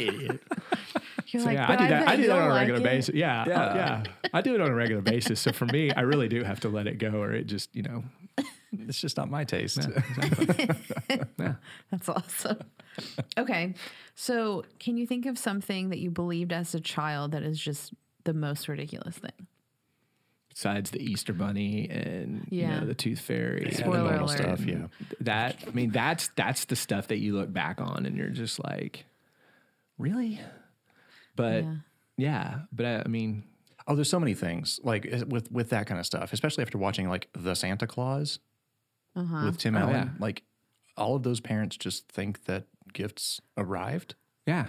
Speaker 5: idiot.
Speaker 3: <laughs> You're <laughs>
Speaker 5: So
Speaker 3: like,
Speaker 5: yeah,
Speaker 3: "But
Speaker 5: I do that. I
Speaker 3: bet
Speaker 5: do that
Speaker 3: you'll
Speaker 5: on a
Speaker 3: like
Speaker 5: regular
Speaker 3: it."
Speaker 5: basis. Yeah, yeah,
Speaker 1: Yeah.
Speaker 5: yeah. I do it on a regular basis. So for me, I really do have to let it go, or it just you know,
Speaker 1: it's just not my taste.
Speaker 5: yeah.
Speaker 3: That's awesome. <laughs> okay. So, can you think of something that you believed as a child that is just the most ridiculous thing?
Speaker 5: Besides the Easter Bunny and
Speaker 3: Yeah.
Speaker 5: you know the Tooth Fairy, and the
Speaker 3: Spoiler
Speaker 1: Normal
Speaker 3: alert.
Speaker 1: stuff. Yeah.
Speaker 5: that I mean that's that's the stuff that you look back on and you're just like, really? But yeah,
Speaker 3: Yeah.
Speaker 5: but I, I mean,
Speaker 1: Oh, there's so many things like is- with with that kind of stuff, especially after watching like The Santa Claus
Speaker 3: Uh-huh.
Speaker 1: with Tim Allen.
Speaker 5: Oh, yeah.
Speaker 1: Like all of those parents just think that gifts arrived.
Speaker 5: yeah,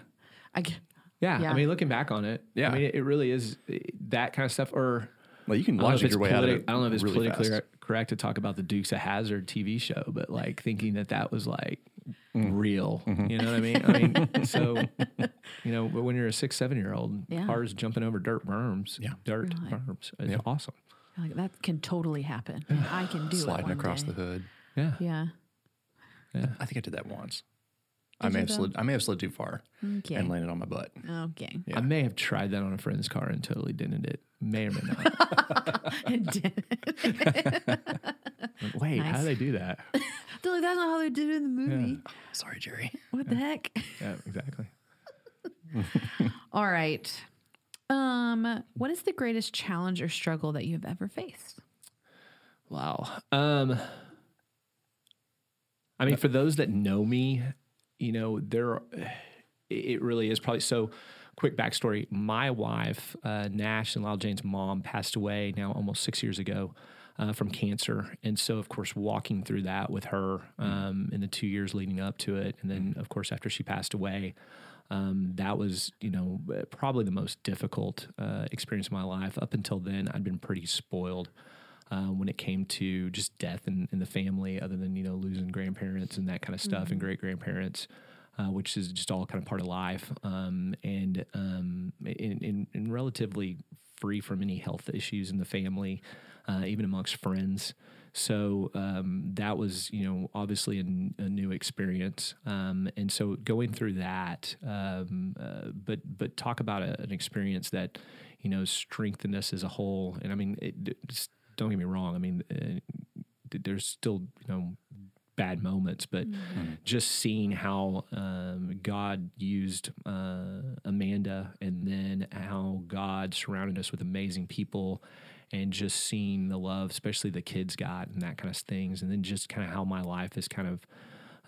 Speaker 3: I g-
Speaker 5: yeah. I
Speaker 3: Yeah.
Speaker 5: mean, looking back on it,
Speaker 1: Yeah.
Speaker 5: I mean, it, it really is it- that kind of stuff. Or
Speaker 1: Like you can
Speaker 5: I don't know if
Speaker 1: logic
Speaker 5: it's
Speaker 1: your way out of
Speaker 5: politi-
Speaker 1: it.
Speaker 5: I don't know if it's
Speaker 1: really
Speaker 5: politically
Speaker 1: fast.
Speaker 5: correct to talk about the Dukes of Hazard TV show, but like thinking that that was like
Speaker 1: Mm-hmm.
Speaker 5: real, you know what I mean? I
Speaker 1: <laughs>
Speaker 5: mean, so you know, but when you're a six, seven year old,
Speaker 3: Yeah.
Speaker 5: cars jumping over dirt berms,
Speaker 1: Yeah.
Speaker 5: dirt berms, it's awesome.
Speaker 3: you're like that can totally
Speaker 5: <sighs>
Speaker 3: happen. and I can do it.
Speaker 1: sliding
Speaker 3: one
Speaker 1: across
Speaker 3: day."
Speaker 1: the hood.
Speaker 5: Yeah.
Speaker 3: Yeah.
Speaker 1: I think I did that once. I
Speaker 3: Did
Speaker 1: may
Speaker 3: you
Speaker 1: have
Speaker 3: though? Mm.
Speaker 1: slid. I may have slid too far
Speaker 3: Okay.
Speaker 1: and landed on my butt.
Speaker 5: <laughs>
Speaker 3: Okay. <laughs>
Speaker 5: I may have tried that on a friend's car and totally dented it. May or may <laughs> not. Like, Wait, how do they do that?
Speaker 3: They're like, that's not how they did it in the movie.
Speaker 1: Sorry, Jerry.
Speaker 3: What the heck?
Speaker 5: Yeah, exactly.
Speaker 3: All right. Um, what is the greatest challenge or struggle that you have ever faced?
Speaker 5: Wow. Um, I mean, for those that know me, you know, there, it- it really is probably so. Quick backstory: My wife, uh, Nash and Lyle Jane's mom, passed away now almost six years ago uh, from cancer, and so of course, walking through that with her um, in the two years leading up to it, and then of course after she passed away, um, that was you know uh, probably the most difficult uh, experience of my life. Up until then, I'd been pretty spoiled. uh, when it came to just death in, in the family, other than you know losing grandparents and that kind of stuff and great grandparents. Uh, which is just all kind of part of life, um, and um, in, in, in relatively free from any health issues in the family, uh, even amongst friends. So um, that was, you know, obviously a, n- a new experience, um, and so going through that, um, uh, but but talk about a, an experience that, you know, strengthened us as a whole. And I mean, it, d- just don't get me wrong. I mean, uh, th- there's still, you know, bad moments, but just seeing how um, God used uh, Amanda and then how God surrounded us with amazing people and just seeing the love, especially the kids got and that kind of things. And then just kind of how my life is kind of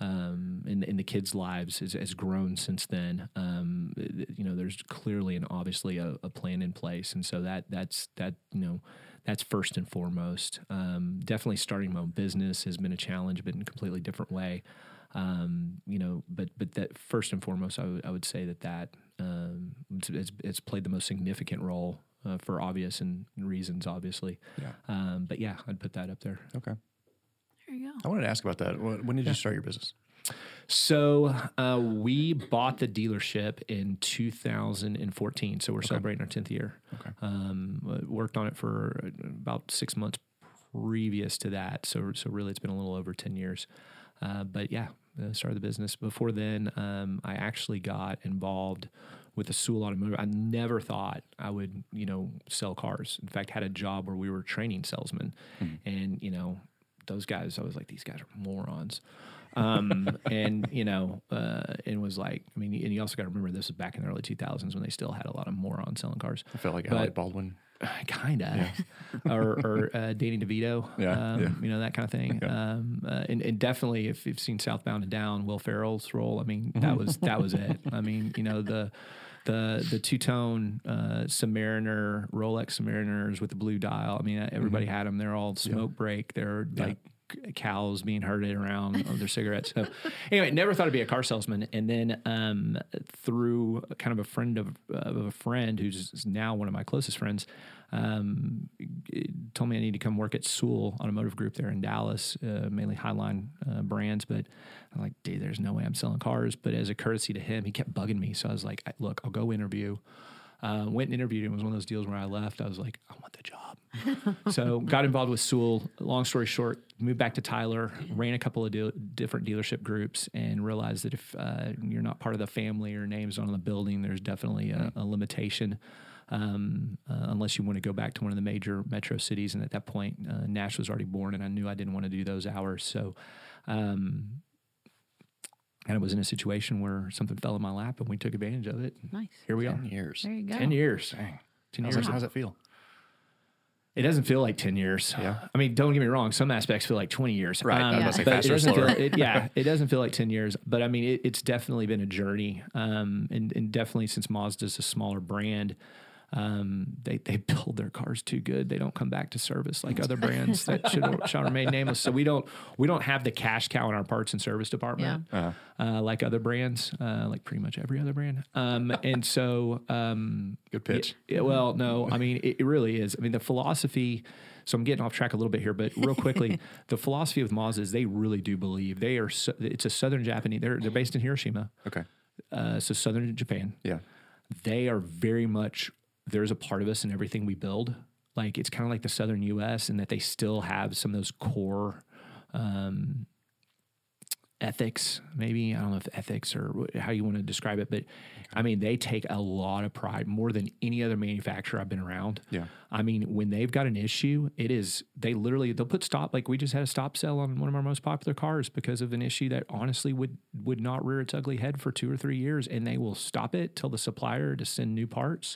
Speaker 5: um, in, in the kids' lives has, has grown since then. Um, th- you know, there's clearly and obviously a, a plan in place, and so that that's that you know that's first and foremost. Um, definitely, starting my own business has been a challenge, but in a completely different way. Um, you know, but but that first and foremost, I would I would say that that um, it's, it's, it's played the most significant role. Uh, for obvious and reasons, obviously.
Speaker 1: Yeah.
Speaker 5: Um, but yeah, I'd put that up there.
Speaker 1: Okay.
Speaker 3: There you go.
Speaker 1: I wanted to ask about that. Wh- When did you start your business?
Speaker 5: So uh, we bought the dealership in 2014. So we're celebrating our 10th year.
Speaker 1: Okay.
Speaker 5: Um, w- worked on it for about six months previous to that. So so really, it's been a little over 10 years. Uh, but yeah, uh, started the business. Before then, um, I actually got involved with a Sewell Automotive. I never thought I would, you know, sell cars. In fact, had a job where we were training salesmen, and you know, those guys, I was like, these guys are morons. Um, <laughs> and you know, uh, and was like, I mean, and you also got to remember this was back in the early 2000s when they still had a lot of morons selling cars.
Speaker 1: I felt like
Speaker 5: But-
Speaker 1: Alec Baldwin.
Speaker 5: <sighs> kind of, <laughs> or, or uh, Danny DeVito,
Speaker 1: Yeah,
Speaker 5: um,
Speaker 1: yeah.
Speaker 5: you know that kind of thing. Um, uh, and, and definitely, if you've seen Southbound and Down, Will Ferrell's role, I mean,
Speaker 1: Mm-hmm.
Speaker 5: that was that was it. I mean, you know the the the two tone uh, Submariner, Rolex Submariners with the blue dial. I mean, uh, everybody
Speaker 1: Mm-hmm.
Speaker 5: had 'em. had them. They're all smoke break. They're like c- cows being herded around of their cigarettes. So <laughs> anyway, never thought I'd be a car salesman. And then um, through kind of a friend of, of a friend who's now one of my closest friends, um, g- told me I need to come work at Sewell Automotive Group there in Dallas, uh, mainly Highline uh, brands. But I'm like, dude, there's no way I'm selling cars. But as a courtesy to him, he kept bugging me. So I was like, I- look, I'll go interview. Uh, went and interviewed him. It was one of those deals where I left. I was like, I want the job so got involved with Sewell. Long story short, moved back to Tyler, ran a couple of deal- different dealership groups, and realized that if uh, you're not part of the family or names on the building, there's definitely a, a limitation. Um, uh, unless you want to go back to one of the major metro cities, and at that point, uh, Nash was already born, and I knew I didn't want to do those hours. So, um, kind of was in a situation where something fell in my lap, and we took advantage of it.
Speaker 3: Nice.
Speaker 5: Here we
Speaker 1: Ten
Speaker 5: are,
Speaker 1: years.
Speaker 3: There you go.
Speaker 5: ten years.
Speaker 1: Dang.
Speaker 5: Ten
Speaker 1: How's
Speaker 5: years.
Speaker 1: that, how's that feel?
Speaker 5: It doesn't feel like 10 years.
Speaker 1: Yeah.
Speaker 5: I mean, don't get me wrong. Some aspects feel like 20 years. Um,
Speaker 1: Right, I was
Speaker 3: about to say
Speaker 5: but
Speaker 1: faster
Speaker 5: it
Speaker 1: or
Speaker 5: doesn't
Speaker 1: slower.
Speaker 5: Feel,
Speaker 1: <laughs>
Speaker 5: it, yeah. It doesn't feel like 10 years. But I mean, it, it's definitely been a journey. Um, and, and definitely since Mazda's a smaller brand, um, they, they <laughs> build their cars too good. They don't come back to service like other brands
Speaker 1: <laughs>
Speaker 5: that should, shall remain nameless. So we don't, we don't have the cash cow in our parts and service department uh, like other brands, uh, like pretty much every other brand. Um, and so, um,
Speaker 1: Good pitch.
Speaker 5: yeah, well, no, I mean, it, it really is. I mean, the philosophy. So I'm getting off track a little bit here, but real quickly, the philosophy of Mazda is they really do believe they are. So, it's a Southern Japanese. They're they're based in Hiroshima,
Speaker 1: Okay.
Speaker 5: uh, so Southern Japan.
Speaker 1: Yeah.
Speaker 5: They are very much. There's a part of us in everything we build. Like it's kind of like the Southern U.S. in that they still have some of those core um, ethics, maybe. I don't know if ethics or wh- how you want to describe it, but I mean, they take a lot of pride more than any other manufacturer I've been around.
Speaker 1: Yeah.
Speaker 5: I mean, when they've got an issue, it is, they literally, they'll put stop, like we just had a stop sell on one of our most popular cars because of an issue that honestly would, would not rear its ugly head for two or three years. And they will stop it till the supplier to send new parts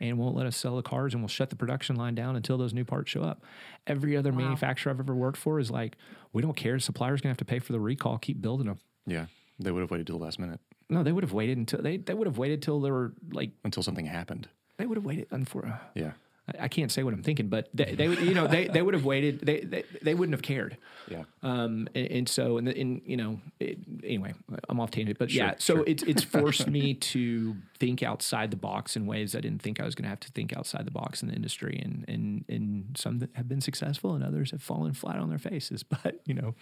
Speaker 5: and won't let us sell the cars and will shut the production line down until those new parts show up. Every other manufacturer I've ever worked for is like, we don't care. Supplier's going to have to pay for the recall. Keep building them.
Speaker 1: Yeah. They would have waited till the last minute
Speaker 5: No, they would have waited until they, they would have waited till they were like
Speaker 1: until something happened.
Speaker 5: they would have waited. Unfor- uh,
Speaker 1: Yeah.
Speaker 5: I I can't say what I'm thinking, but they, they would, you know, they, they would have waited. They, they, they wouldn't have cared.
Speaker 1: Yeah.
Speaker 5: Um, and, and so, and, the- and you know, it, anyway, I'm off tangent, but yeah, so
Speaker 1: sure.
Speaker 5: it's, it's
Speaker 1: <laughs>
Speaker 5: forced me to think outside the box in ways I didn't think I was going to have to think outside the box in the industry. And, and, and some that have been successful and others have fallen flat on their faces, <laughs> but you know,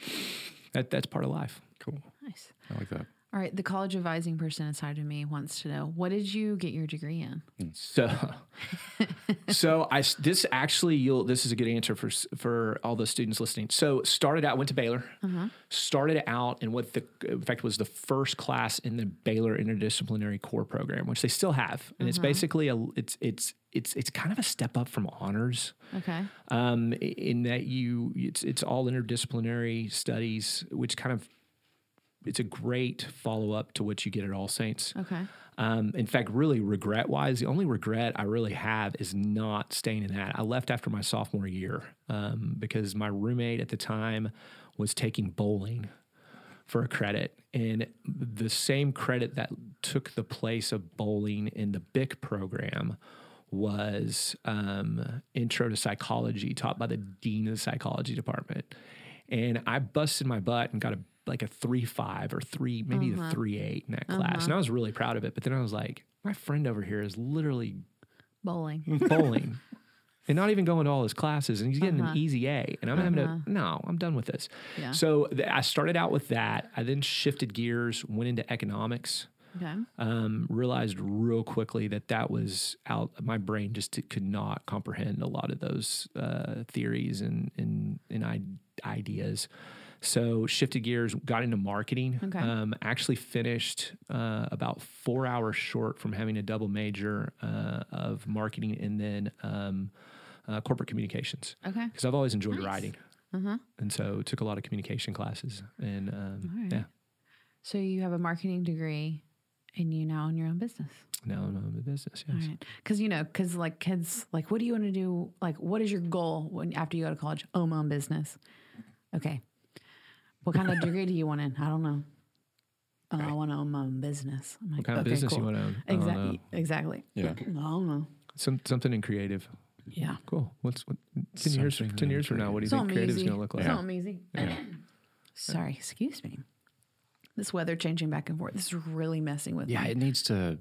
Speaker 5: that that's part of life.
Speaker 1: Cool.
Speaker 3: Nice.
Speaker 1: I like that.
Speaker 3: All right. The college advising person inside of me wants to know what did you get your degree in?
Speaker 5: So, so I s- this actually you'll this is a good answer for s- for all the students listening. So started out went to Baylor, started out and what the in fact was the first class in the Baylor interdisciplinary core program, which they still have, and it's basically a it's it's it's it's kind of a step up from honors
Speaker 3: Okay.
Speaker 5: um, i- in that you it's it's all interdisciplinary studies, which kind of it's a great follow up to what you get at All Saints.
Speaker 3: Okay.
Speaker 5: Um, in fact, really regret wise, the only regret I really have is not staying in that. I left after my sophomore year um, because my roommate at the time was taking bowling for a credit. And the same credit that took the place of bowling in the BIC program was um, Intro to Psychology, taught by the Dean of the Psychology Department. And I busted my butt and got a like a three five or three, maybe a three eight in that class. And I was really proud of it. But then I was like, my friend over here is literally Hmm.
Speaker 3: Bowling.
Speaker 5: bowling and not even going to all his classes and he's getting an easy A and I'm having to no, I'm done with this.
Speaker 3: Yeah.
Speaker 5: So th- I started out with that. I then shifted gears, went into economics.
Speaker 3: Okay.
Speaker 5: Um, realized real quickly that that was out. My brain just could not comprehend a lot of those uh, theories and and and I- ideas. So shifted gears, got into marketing.
Speaker 3: Okay.
Speaker 5: Um, actually finished uh, about four hours short from having a double major uh, of marketing and then um, uh, corporate communications
Speaker 3: Okay. Uh-huh.
Speaker 5: because I've always enjoyed writing. And so took a lot of communication classes and um,
Speaker 3: All right.
Speaker 5: yeah.
Speaker 3: So you have a marketing degree and you now own your own business.
Speaker 5: Now I'm in the business. Yes.
Speaker 3: All right. Cause you know, cause like kids, like, what do you want to do? Like, what is your goal when after you go to college? Own my own business. Okay. What kind of degree do you want in? I don't know. Oh, I want to own my own business. I'm like,
Speaker 5: What kind of business you want to own? I don't know.
Speaker 3: Exactly. Exactly.
Speaker 1: uh, Yeah.
Speaker 3: I don't know.
Speaker 5: Some, something in creative.
Speaker 3: Yeah.
Speaker 5: Cool. What's what, ten years?
Speaker 1: Something
Speaker 5: Ten
Speaker 1: in
Speaker 5: years from now, what do you think creative's going to look like?
Speaker 3: It's not easy. Sorry, excuse me. This weather changing back and forth. This is really messing with
Speaker 1: Yeah,
Speaker 3: my
Speaker 1: it needs to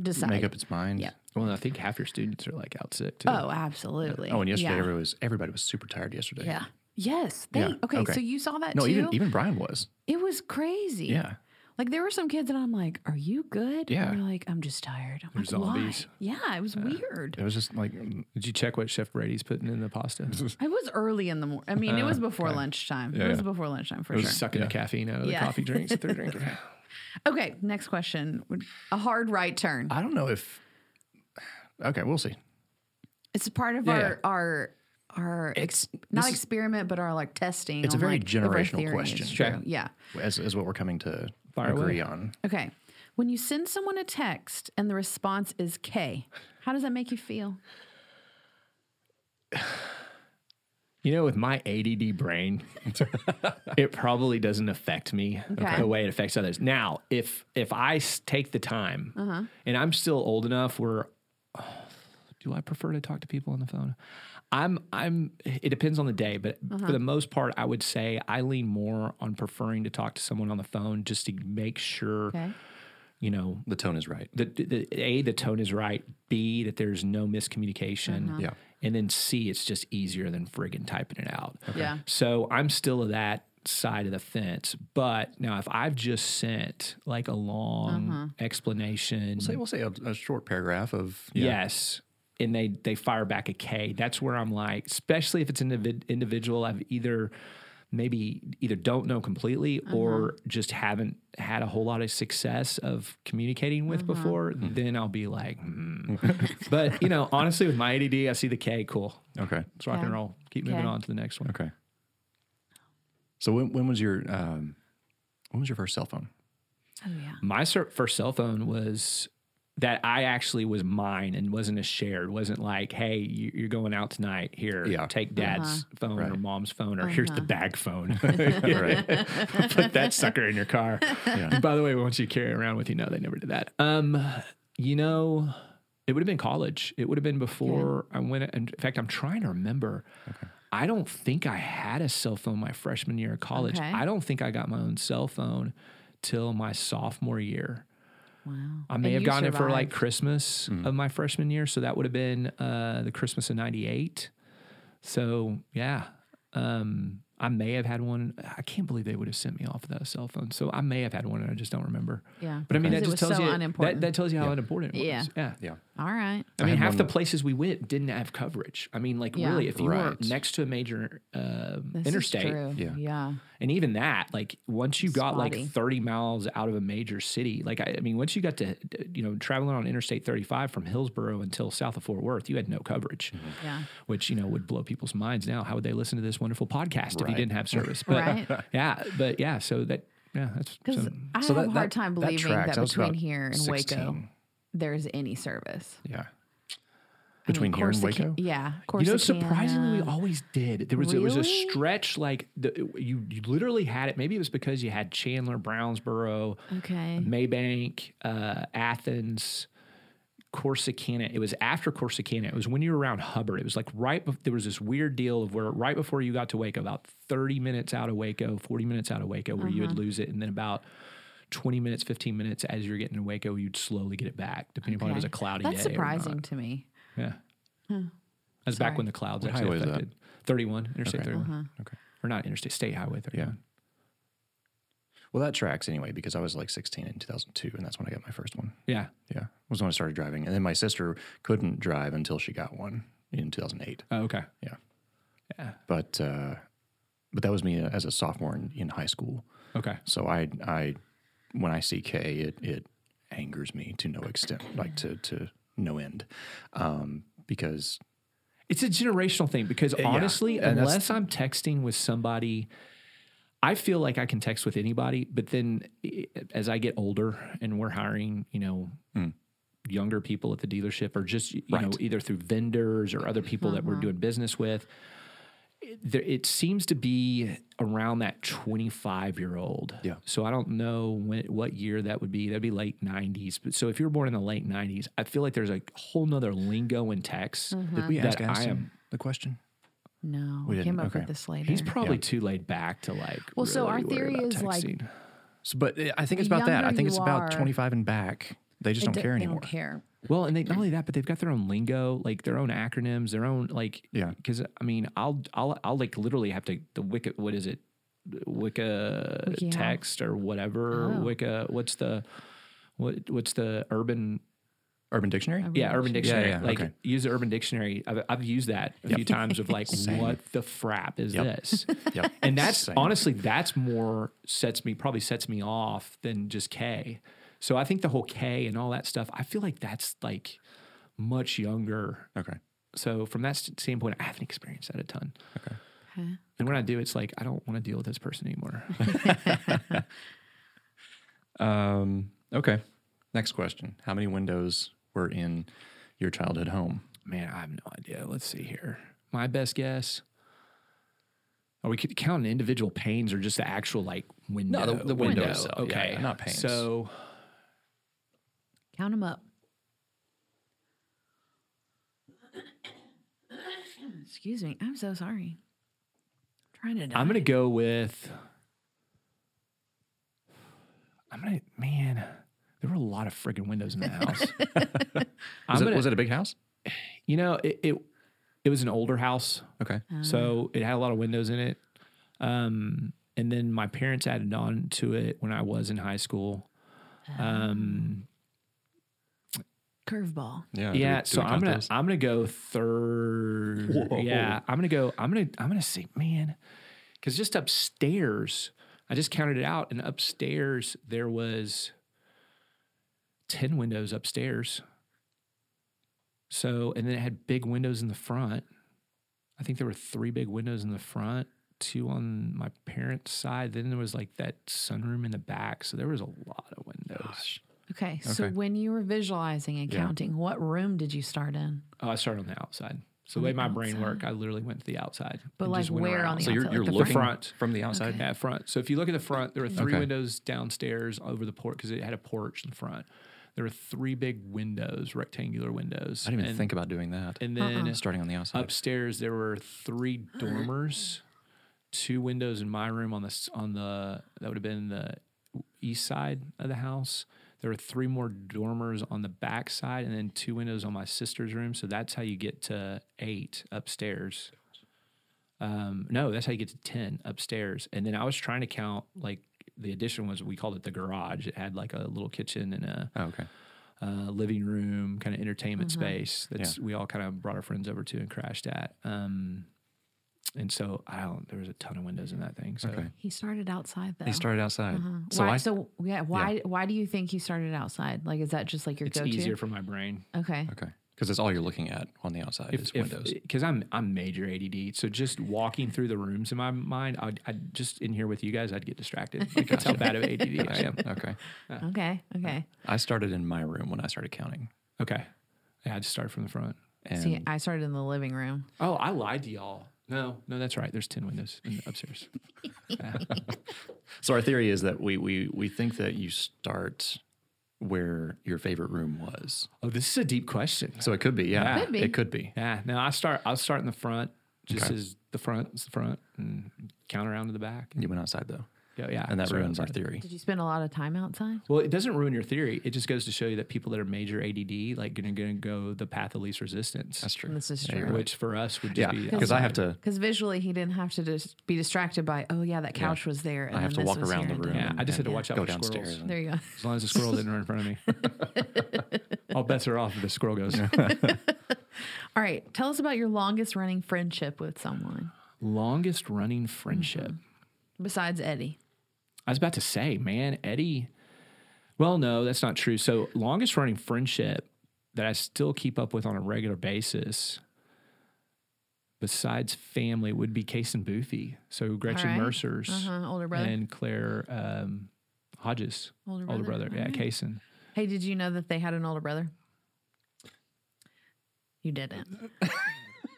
Speaker 3: decide.
Speaker 1: make up its mind.
Speaker 3: Yeah.
Speaker 5: Well, I think half your students are like out sick too.
Speaker 3: Oh, absolutely.
Speaker 1: Oh, and yesterday
Speaker 3: yeah.
Speaker 1: everybody was everybody was super tired yesterday.
Speaker 3: yeah. Yes. They,
Speaker 1: Yeah,
Speaker 3: Okay,
Speaker 1: okay.
Speaker 3: So you saw that
Speaker 1: No,
Speaker 3: too.
Speaker 1: even even Brian was.
Speaker 3: it was crazy.
Speaker 1: Yeah.
Speaker 3: Like there were some kids that I'm like, "Are you good?"
Speaker 1: Yeah.
Speaker 3: And they're like, "I'm just tired." I'm like,
Speaker 5: They're zombies.
Speaker 3: "Why?" Yeah, it was weird.
Speaker 1: It was just like
Speaker 5: Did you check what Chef Brady's putting in the pasta?
Speaker 3: I was early in the morning. I
Speaker 5: Uh,
Speaker 3: mean, it was before lunchtime. it was before lunchtime for sure.
Speaker 5: Sucking the caffeine out of
Speaker 3: Yeah.
Speaker 5: the coffee
Speaker 3: <laughs>
Speaker 5: drinks that they're drinking.
Speaker 3: okay, next question. A hard right turn.
Speaker 5: Uh,
Speaker 1: I don't know if Okay, we'll see.
Speaker 3: It's part of
Speaker 1: Yeah,
Speaker 3: our our our ex- not experiment, but our like testing.
Speaker 1: It's a
Speaker 3: on,
Speaker 1: very
Speaker 3: like, if our
Speaker 1: generational
Speaker 3: theory is
Speaker 1: question.
Speaker 3: true.
Speaker 5: Okay.
Speaker 3: Yeah.
Speaker 1: As is what we're coming to
Speaker 5: Fire away.
Speaker 1: agree on.
Speaker 3: Okay. When you send someone a text and the response is K, how does that make you feel?
Speaker 5: You know, with my ADD brain, it probably doesn't affect me
Speaker 3: Okay.
Speaker 5: the way it affects others. Now, if if I s- take the time,
Speaker 3: Uh-huh.
Speaker 5: and I'm still old enough where, <sighs> oh, do I prefer to talk to people on the phone? I'm I'm. It depends on the day, but
Speaker 3: Uh-huh.
Speaker 5: for the most part, I would say I lean more on preferring to talk to someone on the phone just to make sure
Speaker 3: Okay.
Speaker 5: you know
Speaker 1: The tone is right.
Speaker 5: the, the a the tone is right b that there's no miscommunication
Speaker 3: Uh-huh.
Speaker 1: Yeah.
Speaker 5: and then c it's just easier than friggin typing it out
Speaker 3: Yeah.
Speaker 5: so i'm still of that side of the fence but now if i've just sent like a long explanation
Speaker 1: Say we'll say a, a short paragraph of
Speaker 5: yes and they they fire back a k that's where i'm like especially if it's an individ- individual i've either maybe either don't know completely or just haven't had a whole lot of success of communicating with before then i'll be like hmm. but you know honestly with my add i see the k cool
Speaker 1: Okay.
Speaker 5: let's rock and
Speaker 3: Yeah.
Speaker 5: roll keep moving
Speaker 3: Okay.
Speaker 5: on to the next one
Speaker 1: Okay. So when when was your um when was your first cell phone?
Speaker 3: Oh yeah.
Speaker 5: my cer- first cell phone was that I actually was mine and wasn't a shared. wasn't like, hey, you- you're going out tonight. Here,
Speaker 1: Yeah.
Speaker 5: take dad's
Speaker 3: Uh-huh.
Speaker 5: phone or
Speaker 1: Right.
Speaker 5: mom's phone or here's the
Speaker 3: <laughs>
Speaker 5: bag phone. <laughs> Put that sucker in your car.
Speaker 1: Yeah. <laughs>
Speaker 5: <laughs> By the way, once you carry it around with you, no, they never did that. Um, you know, It would have been college. It would have been before I went. In fact, I'm trying to remember. I don't think I had a cell phone my freshman year of college.
Speaker 3: Okay.
Speaker 5: I don't think I got my own cell phone till my sophomore year. Wow. I may
Speaker 3: And
Speaker 5: have
Speaker 3: you
Speaker 5: gotten it for like
Speaker 3: survived. Mm.
Speaker 5: Christmas of my freshman year. So that would have been uh, the Christmas of 98. So yeah, um, I may have had one. I can't believe they would have sent me off without a cell phone. So I may have had one and I just don't remember.
Speaker 3: Yeah.
Speaker 5: But I mean, that
Speaker 3: Because it
Speaker 5: just
Speaker 3: was
Speaker 5: tells
Speaker 3: so
Speaker 5: you that,
Speaker 3: unimportant.
Speaker 5: that tells you how unimportant it was.
Speaker 3: Yeah.
Speaker 5: Yeah.
Speaker 1: Yeah.
Speaker 3: All right.
Speaker 5: I mean,
Speaker 1: had
Speaker 5: half the
Speaker 1: one-
Speaker 5: places we went didn't have coverage. I mean, like
Speaker 3: Yeah.
Speaker 5: really, if you
Speaker 1: Right.
Speaker 5: weren't next to a major um
Speaker 3: This
Speaker 5: interstate,
Speaker 3: Is true.
Speaker 1: Yeah.
Speaker 3: Yeah.
Speaker 5: and even that, like once you got
Speaker 3: Spotty.
Speaker 5: like 30 miles out of a major city, like I, I mean, once you got to, you know, traveling on Interstate 35 from Hillsboro until south of Fort Worth, you had no coverage,
Speaker 1: Mm-hmm.
Speaker 3: Yeah.
Speaker 5: which, you know, would blow people's minds now. How would they listen to this wonderful podcast if you
Speaker 1: Right.
Speaker 5: didn't have service? But
Speaker 3: <laughs> Right.
Speaker 5: yeah, but yeah, so that, yeah, that's
Speaker 3: Because
Speaker 5: so-
Speaker 3: I
Speaker 1: So
Speaker 3: have
Speaker 1: that-
Speaker 3: a hard
Speaker 1: that-
Speaker 3: time
Speaker 1: that
Speaker 3: believing that,
Speaker 1: tracks. I was
Speaker 3: between
Speaker 1: about
Speaker 3: here and Waco
Speaker 1: 16.
Speaker 3: there's any service. I
Speaker 1: Yeah.
Speaker 3: mean,
Speaker 1: Between here and
Speaker 3: Corsicana-
Speaker 1: Waco?
Speaker 3: Yeah.
Speaker 5: You know,
Speaker 3: Corsicana.
Speaker 5: surprisingly, we always did. There was there was a
Speaker 3: Really?
Speaker 5: stretch like the, you you literally had it. Maybe it was because you had Chandler, Brownsboro,
Speaker 3: Okay.
Speaker 5: Maybank, uh, Athens, Corsicana. It was after Corsicana. It was when you were around Hubbard. It was like right. Bef- there was this weird deal of where right before you got to Waco, about thirty minutes out of Waco, forty minutes out of Waco, where you
Speaker 3: Uh-huh.
Speaker 5: would lose it, and then about. 20 minutes, 15 minutes as you're getting to Waco, you'd slowly get it back, depending upon if it was a
Speaker 3: Okay.
Speaker 5: cloudy
Speaker 3: That's
Speaker 5: day. or not.
Speaker 3: surprising to me.
Speaker 5: Yeah. That's back when the clouds
Speaker 1: What
Speaker 5: actually
Speaker 1: highway is that?
Speaker 5: affected. 31, Interstate
Speaker 1: Okay.
Speaker 5: 31.
Speaker 1: Okay.
Speaker 5: Or not Interstate, State Highway 31.
Speaker 1: Well, that tracks anyway because I was like 16 in 2002, and that's when I got my first one.
Speaker 5: Yeah.
Speaker 1: Yeah, was when I started driving, and then my sister couldn't drive until she got one in 2008.
Speaker 5: Oh, okay.
Speaker 1: Yeah, yeah. But uh, but that was me as a sophomore in, in high school.
Speaker 5: Okay.
Speaker 1: So I I when I see K, it it angers me to no extent, like to to no end, um, because
Speaker 5: It's a generational thing because honestly,
Speaker 1: And that's-
Speaker 5: unless I'm texting with somebody, I feel like I can text with anybody. But then i- as I get older and we're hiring, you know,
Speaker 1: Hmm.
Speaker 5: younger people at the dealership or just, you know, either through vendors or other people that we're doing business with, it- there, it seems to be around that 25 year old.
Speaker 1: Yeah.
Speaker 5: So I don't know when, what year that would be. That'd be late 90s. But so if you're born in the late 90s, I feel like there's a whole nother lingo in text.
Speaker 1: did we ask
Speaker 5: That I
Speaker 1: Aston
Speaker 5: am-
Speaker 1: the question?
Speaker 3: No. We
Speaker 1: didn't,
Speaker 3: came up
Speaker 1: okay.
Speaker 3: with this later.
Speaker 5: He's probably too laid back to like.
Speaker 3: Well, so our
Speaker 5: really worry
Speaker 3: theory
Speaker 5: about
Speaker 3: is, like,
Speaker 5: texting.
Speaker 1: So, but uh, I think
Speaker 3: The
Speaker 1: it's about that. I
Speaker 3: younger
Speaker 1: think
Speaker 3: you
Speaker 1: it's
Speaker 3: are-
Speaker 1: about 25 and back. They just don't
Speaker 3: They
Speaker 1: care
Speaker 3: they
Speaker 1: anymore.
Speaker 3: Don't care.
Speaker 5: Well, and they not only that, but they've got their own lingo, like their own acronyms, their own like.
Speaker 1: Yeah.
Speaker 5: Because I mean, I'll I'll I'll like literally have to the Wicca. What is it? Wicca
Speaker 3: Wikihow?
Speaker 5: text or whatever.
Speaker 3: Oh.
Speaker 5: Wicca. What's the what? What's the urban?
Speaker 1: Urban Dictionary.
Speaker 5: Yeah, Urban Dictionary.
Speaker 1: yeah,
Speaker 5: like
Speaker 1: okay.
Speaker 5: use the Urban Dictionary. I've, I've used that a few times of
Speaker 1: <laughs>
Speaker 5: like, what the frap is
Speaker 1: Yep.
Speaker 3: <laughs>
Speaker 5: this?
Speaker 1: Yep.
Speaker 5: and that's
Speaker 1: Same.
Speaker 5: honestly that's more sets me probably sets me off than just K. So I think the whole K and all that stuff, I feel like that's like much younger.
Speaker 1: okay.
Speaker 5: So from that st- standpoint, I haven't experienced that a ton.
Speaker 3: Okay.
Speaker 5: And when I do, it's like I don't want to deal with this person anymore. <laughs>
Speaker 1: Um, okay. Next question. How many windows were in your childhood home?
Speaker 5: Man, I have no idea. Let's see here. My best guess. Or we could count in individual panes or just the actual like window.
Speaker 1: the- the window itself. Yeah,
Speaker 5: Okay.
Speaker 1: yeah, not panes.
Speaker 5: So
Speaker 3: Count them up. <coughs> Excuse me. I'm so sorry. trying to.
Speaker 5: I'm
Speaker 3: die.
Speaker 5: gonna go with. I'm gonna man. There were a lot of friggin' windows in that
Speaker 1: <laughs>
Speaker 5: house. I'm
Speaker 1: Was it,
Speaker 5: gonna,
Speaker 1: was it a big house?
Speaker 5: you know, it, it it was an older house,
Speaker 1: Okay.
Speaker 5: so it had a lot of windows in it. Um, and then my parents added on to it when I was in high school. Um,
Speaker 3: curveball.
Speaker 1: Yeah.
Speaker 5: yeah, so I'm gonna I'm gonna go third. Yeah, I'm gonna go. I'm gonna I'm gonna say, man, because just upstairs, I just counted it out, and upstairs there was ten windows upstairs. So and then it had big windows in the front. I think there were three big windows in the front, two on my parents' side. Then there was like that sunroom in the back. So there was a lot of windows.
Speaker 3: Okay, so when you were visualizing and counting, what room did you start in?
Speaker 5: Oh, I started on the outside. So the way my brain worked, I literally went to the outside.
Speaker 3: But,
Speaker 5: and
Speaker 3: like,
Speaker 5: just went
Speaker 3: where
Speaker 5: around.
Speaker 3: on the
Speaker 5: so
Speaker 1: you're,
Speaker 3: outside,
Speaker 1: you're
Speaker 3: like the
Speaker 1: looking
Speaker 5: front.
Speaker 1: from the outside.
Speaker 5: Yeah, front. So if you look at the front, there were three
Speaker 1: Okay.
Speaker 5: windows downstairs over the porch because it had a porch in the front. There are three big windows, rectangular windows.
Speaker 1: I didn't even
Speaker 5: and,
Speaker 1: think Uh-uh. about doing that. Uh-huh.
Speaker 5: And then
Speaker 1: Starting on the outside.
Speaker 5: upstairs there were three dormers, two windows in my room on the s- on the that would have been the east side of the house. There were three more dormers on the back side, and then two windows on my sister's room. So that's how you get to eight upstairs. Um, no, that's how you get to ten upstairs. And then I was trying to count like the addition was we called it the garage. It had like a little kitchen and a
Speaker 1: Oh, okay.
Speaker 5: uh, living room kind of entertainment space that's we all kind of brought our friends over to and crashed at. Um, and so I don't. There was a ton of windows in that thing. So
Speaker 1: Okay.
Speaker 3: He started outside though.
Speaker 1: He started outside.
Speaker 5: Uh-huh.
Speaker 1: So
Speaker 3: why,
Speaker 1: I
Speaker 3: so yeah, why why do you think he started outside? Like, is that just like your
Speaker 5: it's
Speaker 3: go-to?
Speaker 5: easier for my brain.
Speaker 3: <laughs> okay.
Speaker 1: okay because it's all you're looking at on the outside is windows.
Speaker 5: because I'm I'm major ADD. So just walking through the rooms in my mind, I'd, I'd just in here with you guys, I'd get <laughs> distracted. Like that's how bad of <laughs> ADD I am.
Speaker 1: okay.
Speaker 3: Okay. Okay.
Speaker 1: I started in my room when I started counting.
Speaker 5: Okay, yeah, I just start from the front.
Speaker 1: And
Speaker 3: See, I started in the living room.
Speaker 5: Oh, I lied to y'all. No, no, that's right. There's ten windows in, upstairs.
Speaker 1: so our theory is that we we we think that you start where your favorite room was.
Speaker 5: <laughs> Oh, this is a deep question.
Speaker 1: So it could be, yeah.
Speaker 5: Could
Speaker 3: be.
Speaker 1: It could be.
Speaker 5: Yeah, no, I start. I'll start in the front, just
Speaker 1: Okay.
Speaker 5: as the front is the front, and count around to the back.
Speaker 1: You went outside though.
Speaker 5: Yeah, yeah,
Speaker 1: And that
Speaker 5: start
Speaker 1: ruins our
Speaker 5: outside.
Speaker 1: theory.
Speaker 3: Did you spend a lot of time outside?
Speaker 5: Well, it doesn't ruin your theory. It just goes to show you that people that are major ADD like going to go the path of least resistance, eh,
Speaker 1: That's true.
Speaker 3: This is
Speaker 1: Yeah, you're
Speaker 3: true.
Speaker 1: right.
Speaker 5: which for us would
Speaker 1: Yeah,
Speaker 5: just be
Speaker 1: because I have to
Speaker 3: Because visually, he didn't have to just be distracted by, oh yeah, that couch was there. And
Speaker 1: I have to
Speaker 3: then this
Speaker 1: walk
Speaker 3: was
Speaker 1: around
Speaker 3: here
Speaker 1: the
Speaker 3: and
Speaker 1: room.
Speaker 3: there."
Speaker 5: Yeah, I just had to
Speaker 1: and
Speaker 5: watch out
Speaker 1: go
Speaker 5: for squirrels.
Speaker 1: downstairs. and-
Speaker 3: There you go.
Speaker 5: As long as the squirrel didn't run in front of me,
Speaker 1: <laughs>
Speaker 5: all bets are off if the squirrel goes.
Speaker 3: All right, tell us about your longest running friendship with someone
Speaker 5: Longest running friendship.
Speaker 3: besides Eddie.
Speaker 5: I was about to say, man, Eddie. Well, no, that's not true. So, longest running friendship that I still keep up with on a regular basis, besides family, would be Case and Boofy. So, Gretchen
Speaker 3: right.
Speaker 5: Mercer's
Speaker 3: Uh-huh, older brother.
Speaker 5: and Claire um, Hodges,
Speaker 3: Older brother,
Speaker 5: brother. Yeah,
Speaker 3: <laughs>
Speaker 5: Case and
Speaker 3: hey, did you know that they had an older brother? You didn't.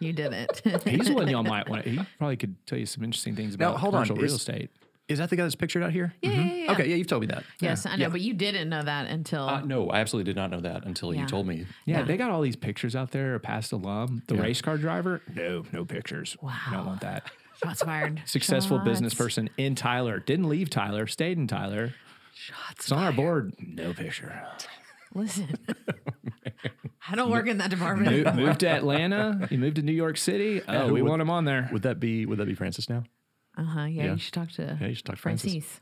Speaker 3: you didn't.
Speaker 5: <laughs> He's one y'all might want. He probably could tell you some interesting things
Speaker 1: Now,
Speaker 5: about
Speaker 1: hold on,
Speaker 5: commercial real
Speaker 1: is-
Speaker 5: estate.
Speaker 1: Is that the guy that's pictured out here?
Speaker 5: Mm-hmm.
Speaker 3: yeah, yeah, yeah.
Speaker 1: Okay, yeah, you've told me that.
Speaker 3: Yes, I know,
Speaker 1: Yeah.
Speaker 3: but you didn't know that until
Speaker 1: Uh, no, I absolutely did not know that until
Speaker 3: Yeah.
Speaker 1: you told me.
Speaker 5: Yeah, they got all these pictures out there. A past alum, the race car driver. No, no pictures. Wow, I don't want that.
Speaker 3: shots fired.
Speaker 5: <laughs> successful business
Speaker 3: Shots.
Speaker 5: person in Tyler. Didn't leave Tyler, stayed in Tyler. It's on our board. No picture.
Speaker 3: <laughs>
Speaker 5: <laughs>
Speaker 3: Listen, I don't work in that department.
Speaker 5: Mo- moved to Atlanta. He moved to New
Speaker 1: <laughs>
Speaker 5: York City. Oh,
Speaker 1: who
Speaker 5: we
Speaker 1: would-
Speaker 5: want him on there.
Speaker 1: Would that be Would that be Francis now?
Speaker 3: Uh huh. Yeah,
Speaker 1: Yeah.
Speaker 3: you should talk to.
Speaker 1: Yeah, you should talk to Francis.
Speaker 3: Francis.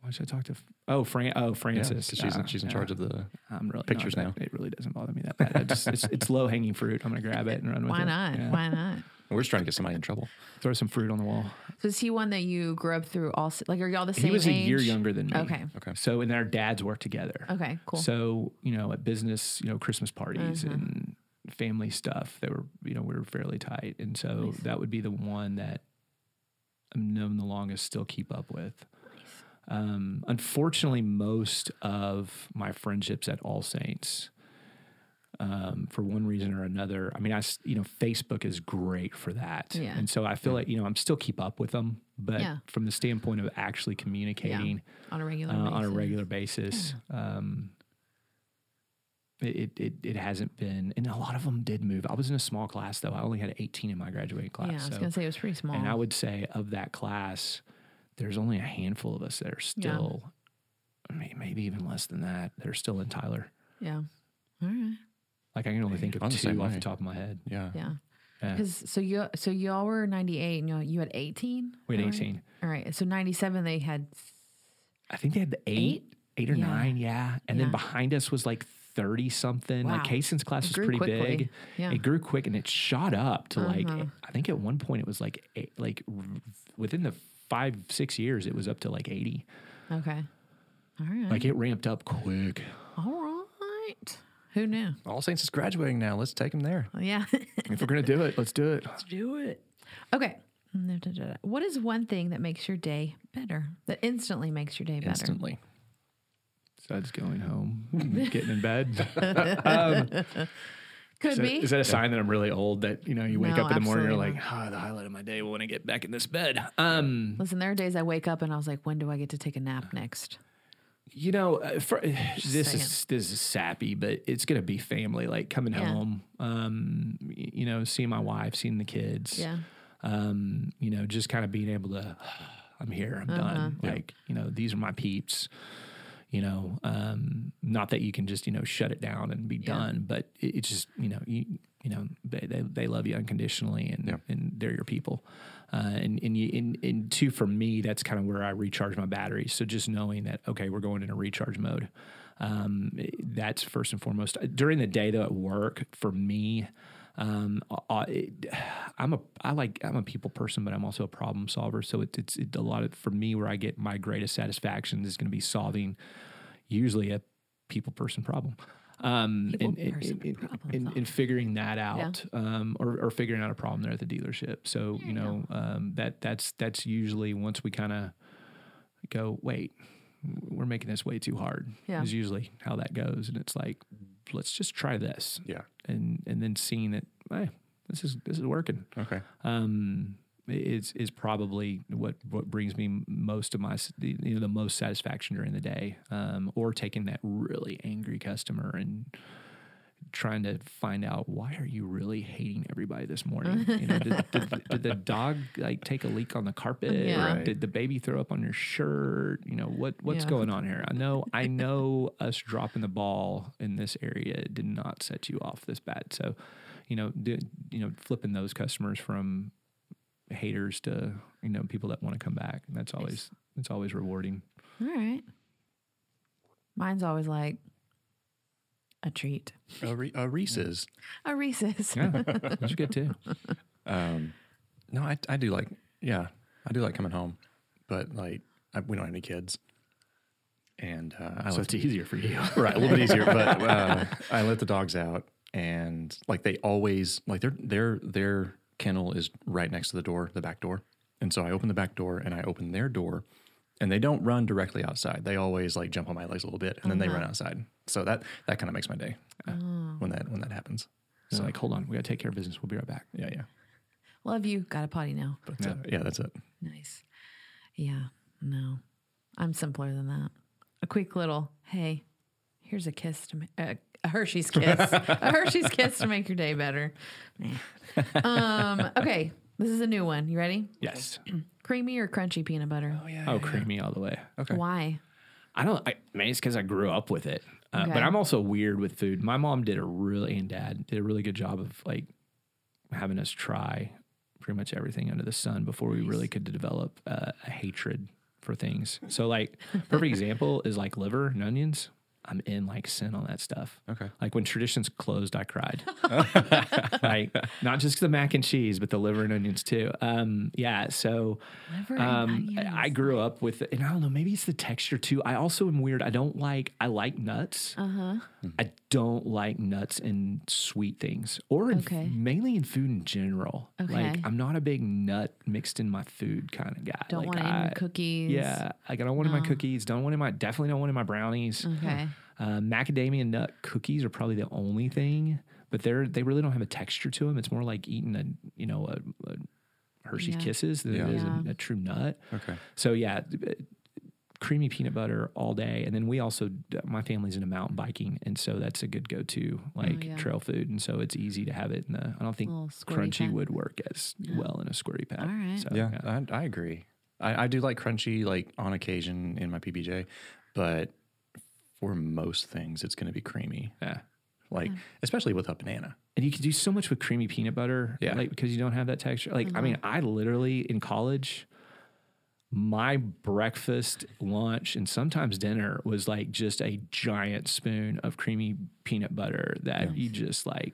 Speaker 5: Why should I talk to? Oh, Fran. Oh,
Speaker 1: Yeah,
Speaker 5: Francis.
Speaker 1: 'cause she's
Speaker 5: Ah,
Speaker 1: in, she's in
Speaker 5: yeah.
Speaker 1: charge of the.
Speaker 5: I'm really not-
Speaker 1: pictures now.
Speaker 5: It really doesn't bother me that bad. I just, it's it's low hanging fruit. I'm gonna grab it and run with
Speaker 3: Why
Speaker 5: it.
Speaker 3: not?
Speaker 5: Yeah.
Speaker 3: Why not?
Speaker 1: We're just trying to get somebody in trouble.
Speaker 5: Throw some fruit on the wall.
Speaker 3: So is he one that you grew up through? All like, are y'all the same?
Speaker 5: he was a year
Speaker 3: age?
Speaker 5: younger than me.
Speaker 3: Okay.
Speaker 1: Okay.
Speaker 5: So and our dads worked together.
Speaker 3: Okay, cool. Mm-hmm.
Speaker 5: So you know at business, you know Christmas parties and family stuff, they were you know we were fairly tight, and so that would be the one that I've known the longest, still keep up with. Um, unfortunately, most of my friendships at All Saints um, for one reason or another. I mean, I s- you know Facebook is great for that,
Speaker 3: Yeah.
Speaker 5: and so I feel like you know I'm still keep up with them, but
Speaker 3: Yeah.
Speaker 5: from the standpoint of actually communicating
Speaker 3: on a regular
Speaker 5: uh,
Speaker 3: basis.
Speaker 5: on a regular basis, um, it, it- it it hasn't been, and a lot of them did move. I was in a small class though; I only had 18 in my graduating class.
Speaker 3: Yeah, I was
Speaker 5: so-
Speaker 3: gonna say it was pretty small.
Speaker 5: and I would say of that class, there's only a handful of us that are still, I mean, maybe even less than that. They're still in Tyler.
Speaker 3: yeah. All right.
Speaker 5: Like I can only think of
Speaker 1: I'm the
Speaker 5: two
Speaker 1: same
Speaker 5: off
Speaker 1: way.
Speaker 5: the top of my head.
Speaker 1: Yeah.
Speaker 3: Yeah.
Speaker 5: Yeah.
Speaker 3: Because so you so y'all were ninety eight and y'all, you had eighteen.
Speaker 5: We had 18.
Speaker 3: All right. So ninety seven they had
Speaker 5: I think they had the eight, eight, or
Speaker 3: Yeah.
Speaker 5: nine, yeah. And then
Speaker 3: Yeah.
Speaker 5: behind us was like thirty something. Like
Speaker 3: Wow.
Speaker 5: Kaysen's class was
Speaker 3: grew
Speaker 5: pretty
Speaker 3: quickly.
Speaker 5: big.
Speaker 3: Yeah. Mm-hmm.
Speaker 5: It grew quick and it shot up to like I think at one point it was like eight, like r- within the five six years it was up to like eighty.
Speaker 3: Mm-hmm. okay. All right.
Speaker 5: Like it ramped up quick.
Speaker 3: All right. Who knew?
Speaker 1: All Saints is graduating now. Let's take him there.
Speaker 3: Yeah. <laughs>
Speaker 5: if we're gonna do it, let's do it.
Speaker 3: Do it. Okay. What is one thing that makes your day better? That instantly makes your day better.
Speaker 1: Instantly.
Speaker 5: Besides going home, <laughs> getting
Speaker 3: <laughs>
Speaker 5: in bed.
Speaker 3: Could
Speaker 5: Is that-
Speaker 3: be.
Speaker 5: Is that a sign that I'm really old? That you know, you wake
Speaker 3: No,
Speaker 5: up in the morning, you're
Speaker 3: absolutely
Speaker 5: like, ah, the highlight of my day. When I get back in this bed. Um,
Speaker 3: Listen, there are days I wake up and I was like, when do I get to take a nap next?
Speaker 5: You know, uh, <sighs> for, this is
Speaker 6: saying.
Speaker 5: this is sappy, but it's gonna be family. Like coming
Speaker 6: Yeah.
Speaker 5: home, um, y- you know, seeing my wife, seeing the kids,
Speaker 6: Yeah.
Speaker 5: um, you know, just kind of being able to, I'm here, I'm done. Like, you know, these are my peeps. You know, um, not that you can just you know shut it down and be done, but it, it's just you know you you know they they, they love you unconditionally and
Speaker 1: Yeah.
Speaker 5: and they're your people, uh, and and you and, and two for me that's kind of where I recharge my batteries. So just knowing that okay we're going into recharge mode, um, it- that's first and foremost. During the day though at work for me, um, I, I'm a I like I'm a people person, but I'm also a problem solver. So it, it's it, a lot of for me where I get my greatest satisfaction is going to be solving usually a people person problem. Um,
Speaker 6: People
Speaker 5: and, and-
Speaker 6: person
Speaker 5: and-
Speaker 6: problem
Speaker 5: and- and
Speaker 6: solver.
Speaker 5: figuring that out, um, or, or figuring out a problem there at the dealership. So you know um, that that's that's usually once we kind of go, wait, we're making this way too hard.
Speaker 6: Yeah.
Speaker 5: Is usually how that goes, and it's like, let's just try this
Speaker 1: Yeah.
Speaker 5: and and then seeing that hey, this is this is working
Speaker 1: Okay.
Speaker 5: um is is probably what what brings me most of my s- the- you know the most satisfaction during the day um or taking that really angry customer and trying to find out why are you really hating everybody this morning you know did, did, did the dog like take a leak on the carpet
Speaker 6: Yeah.
Speaker 1: Right.
Speaker 5: did the baby throw up on your shirt you know what what's
Speaker 6: Yeah.
Speaker 5: going on here i know i know us dropping the ball in this area did not set you off this bad so you know do, you know flipping those customers from haters to you know people that want to come back and that's always it's always rewarding
Speaker 6: All right. Mine's always like a treat.
Speaker 1: A, Uh, Re- a Reese's.
Speaker 6: A Reese's.
Speaker 3: <laughs>
Speaker 5: that's good <laughs> too
Speaker 1: Um, no, I, I do like, yeah, I do like coming home, but like, I, we don't have any kids. And uh, I let,
Speaker 5: easier for you
Speaker 1: right, a little bit easier, but uh, <laughs> I let the dogs out and like they always, like their, their, their kennel is right next to the door, the back door. And so I open the back door and I open their door and they don't run directly outside. They always like jump on my legs a little bit and then they run outside. So that, that kind of makes my day uh, when that, when that happens.
Speaker 5: so like hold on we gotta take care of business we'll be right back
Speaker 1: Yeah. Yeah.
Speaker 6: Love you. Got a potty now.
Speaker 1: But yeah, uh, yeah that's it.
Speaker 6: Nice. Yeah. No, I'm simpler than that. A quick little, hey, here's a kiss to ma- uh, a Hershey's
Speaker 5: <laughs>
Speaker 6: kiss, a Hershey's kiss to make your day better. Meh. um, okay, this is a new one. You ready?
Speaker 5: yes
Speaker 6: Creamy or crunchy peanut butter? Oh yeah.
Speaker 5: oh creamy all the way
Speaker 1: Okay.
Speaker 6: Why?
Speaker 5: I don't. I, maybe it's because I grew up with it, uh,
Speaker 6: Okay.
Speaker 5: but I'm also weird with food. My mom did a really and dad did a really good job of like having us try pretty much everything under the sun before we really could develop uh, a hatred for things. So like perfect example is like liver and onions. I'm in like sin on that stuff.
Speaker 1: Okay.
Speaker 5: Like when traditions closed, I cried. like not just the mac and cheese, but the liver and onions too. Um, yeah. So
Speaker 6: Liver and
Speaker 5: um,
Speaker 6: onions.
Speaker 5: I grew up with, and I don't know, maybe it's the texture too. I also am weird. I don't like, I like nuts. Uh-huh. I don't like nuts and sweet things or in,
Speaker 6: Okay.
Speaker 5: mainly in food in general. Like
Speaker 6: Okay.
Speaker 5: I'm not a big nut mixed in my food kind of guy.
Speaker 6: Don't
Speaker 5: like,
Speaker 6: want it in
Speaker 5: I-
Speaker 6: your cookies. Um,
Speaker 5: Yeah. Like I don't want it in my cookies. Don't want it in my, definitely don't want it in my brownies.
Speaker 6: Okay.
Speaker 5: Uh, macadamia nut cookies are probably the only thing, but they're they really don't have a texture to them. It's more like eating a you know a, a Hershey's
Speaker 6: Yeah.
Speaker 5: Kisses than it is a, a true nut.
Speaker 1: Okay.
Speaker 5: So yeah, uh, creamy peanut butter all day, and then we also my family's into mountain biking, and so that's a good go to like
Speaker 6: Oh, yeah.
Speaker 5: trail food, and so it's easy to have it. In the I don't think
Speaker 6: Little squirty
Speaker 5: crunchy
Speaker 6: pack.
Speaker 5: would work as well in a squirty pack.
Speaker 6: All right.
Speaker 5: So,
Speaker 1: Yeah, I, I agree. I, I do like crunchy, like on occasion in my PBJ, but for most things, it's going to be creamy.
Speaker 5: yeah.
Speaker 1: Like, especially with a banana.
Speaker 5: And you can do so much with creamy peanut butter,
Speaker 1: Yeah.
Speaker 5: like because you don't have that texture. Like, I mean,
Speaker 6: Mm-hmm.
Speaker 5: I literally in college, my breakfast, lunch, and sometimes dinner was like just a giant spoon of creamy peanut butter that you just like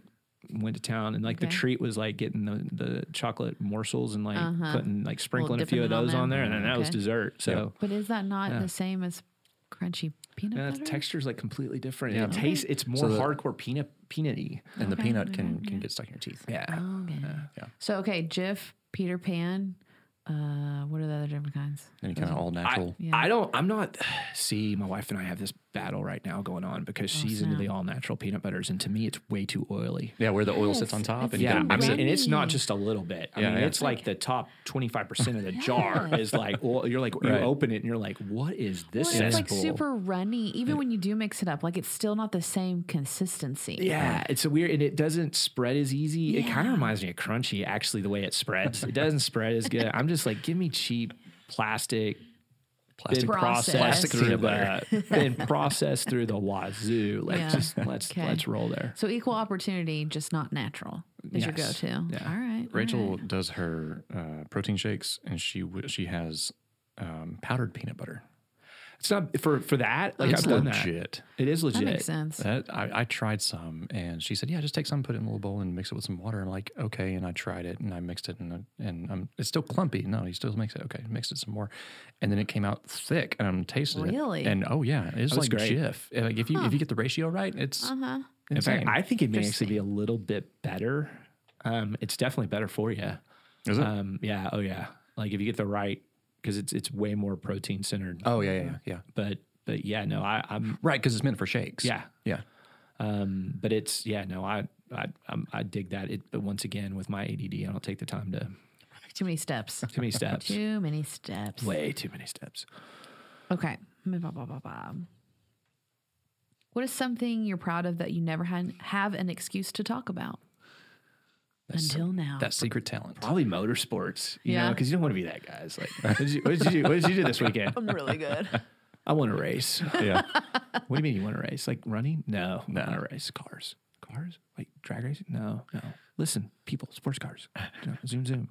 Speaker 5: went to town. And like the
Speaker 6: Okay.
Speaker 5: treat was like getting the, the chocolate morsels and like putting like sprinkling
Speaker 6: Uh-huh.
Speaker 5: a
Speaker 6: dipping
Speaker 5: few of
Speaker 6: it on
Speaker 5: those on there,
Speaker 6: there.
Speaker 5: and then that was
Speaker 6: Okay.
Speaker 5: dessert. So.
Speaker 6: But is that not the same as crunchy peanut
Speaker 5: Yeah,
Speaker 6: butter?
Speaker 5: the texture's like completely different. It tastes it's more
Speaker 1: So the-
Speaker 5: hardcore peanut peanutty.
Speaker 6: Oh.
Speaker 1: And the peanut can, can get stuck in your teeth.
Speaker 5: Yeah.
Speaker 6: Okay.
Speaker 1: yeah.
Speaker 6: So okay, Jif, Peter Pan. Uh, what are the other other different kinds.
Speaker 1: Any kind of all natural.
Speaker 5: I, I don't. I'm not. <sighs> See, my wife and I have this battle right now going on because she's into
Speaker 6: Oh, snap.
Speaker 5: the all natural peanut butters, and to me, it's way too oily.
Speaker 1: yeah, where the oil sits on top. And you
Speaker 5: Yeah,
Speaker 1: gotta
Speaker 5: I
Speaker 1: mix
Speaker 5: mean,
Speaker 1: it.
Speaker 5: and it's not just a little bit. I
Speaker 1: Yeah,
Speaker 5: mean,
Speaker 1: yeah.
Speaker 5: it's like the top twenty five percent
Speaker 6: <laughs>
Speaker 5: of the jar is like. Well, you're like you
Speaker 1: Right.
Speaker 5: open it and you're like, what is this
Speaker 6: Well, it's like
Speaker 5: cesspool?
Speaker 6: super runny, even when you do mix it up. Like it's still not the same consistency.
Speaker 5: yeah, it's a weird, and it doesn't spread as easy. It kind of reminds me of crunchy, actually, the way it spreads. It doesn't spread as good. I'm just like, give me cheap plastic
Speaker 1: plastic.
Speaker 5: been
Speaker 6: Processed.
Speaker 5: processed,
Speaker 6: Plastic
Speaker 5: through
Speaker 1: peanut
Speaker 5: the <laughs> been processed through the wazoo. Let's
Speaker 6: Yeah.
Speaker 5: just let's
Speaker 6: Okay.
Speaker 5: let's roll there.
Speaker 6: So equal opportunity, just not natural is your
Speaker 5: Yes.
Speaker 6: go-to.
Speaker 5: Yeah.
Speaker 6: All right.
Speaker 1: Rachel does her uh, protein shakes, and she w- she has um, powdered peanut butter.
Speaker 5: It's not for for that. Like
Speaker 1: it's
Speaker 5: I've done that.
Speaker 1: legit.
Speaker 5: It is
Speaker 6: That
Speaker 5: legit.
Speaker 6: makes sense.
Speaker 1: That I, I tried some, and she said, "Yeah, just take some, put it in a little bowl, and mix it with some water." I'm like, "Okay," and I tried it, and I mixed it, and I- and um, it's still clumpy. No, he still makes it. Okay, mixed it some more, and then it came out thick, and I'm tasting it.
Speaker 6: Really?
Speaker 1: And oh yeah, it's
Speaker 5: That's
Speaker 1: like
Speaker 5: great.
Speaker 1: Jif. And, Like if you if you get the ratio right, it's
Speaker 6: Uh-huh.
Speaker 5: In
Speaker 1: insane.
Speaker 5: fact, I think it may actually be a little bit better. Um, it's definitely better for you.
Speaker 1: Is it?
Speaker 5: Um, yeah. Oh yeah. Like if you get the right, because it's it's way more protein centered.
Speaker 1: oh yeah, yeah, yeah, yeah.
Speaker 5: But but yeah, no, I, I'm
Speaker 1: Right, because it's meant for shakes.
Speaker 5: yeah.
Speaker 1: yeah.
Speaker 5: Um, but it's yeah, no, I I I'm, I dig that. It, but once again, with my ADD, I don't take the time to
Speaker 6: Too many steps.
Speaker 5: too
Speaker 6: <laughs>
Speaker 5: many steps.
Speaker 6: Too many steps.
Speaker 5: Way too many steps.
Speaker 6: Okay. Ba, ba, ba, ba, ba. What is something you're proud of that you never had have an excuse to talk about until now?
Speaker 1: That secret talent.
Speaker 5: Probably motorsports, you know,
Speaker 6: Yeah.
Speaker 5: because you don't want to be that guy. It's like, what did, you, what, did you do? what did you do this weekend?
Speaker 6: I'm really
Speaker 5: <laughs>
Speaker 6: good.
Speaker 5: I want to race.
Speaker 1: Yeah.
Speaker 5: What do you mean you want to race? Like running? No, no, I wanna race cars. Cars? Like drag racing? No, no. Listen, people, sports cars. No, zoom, zoom.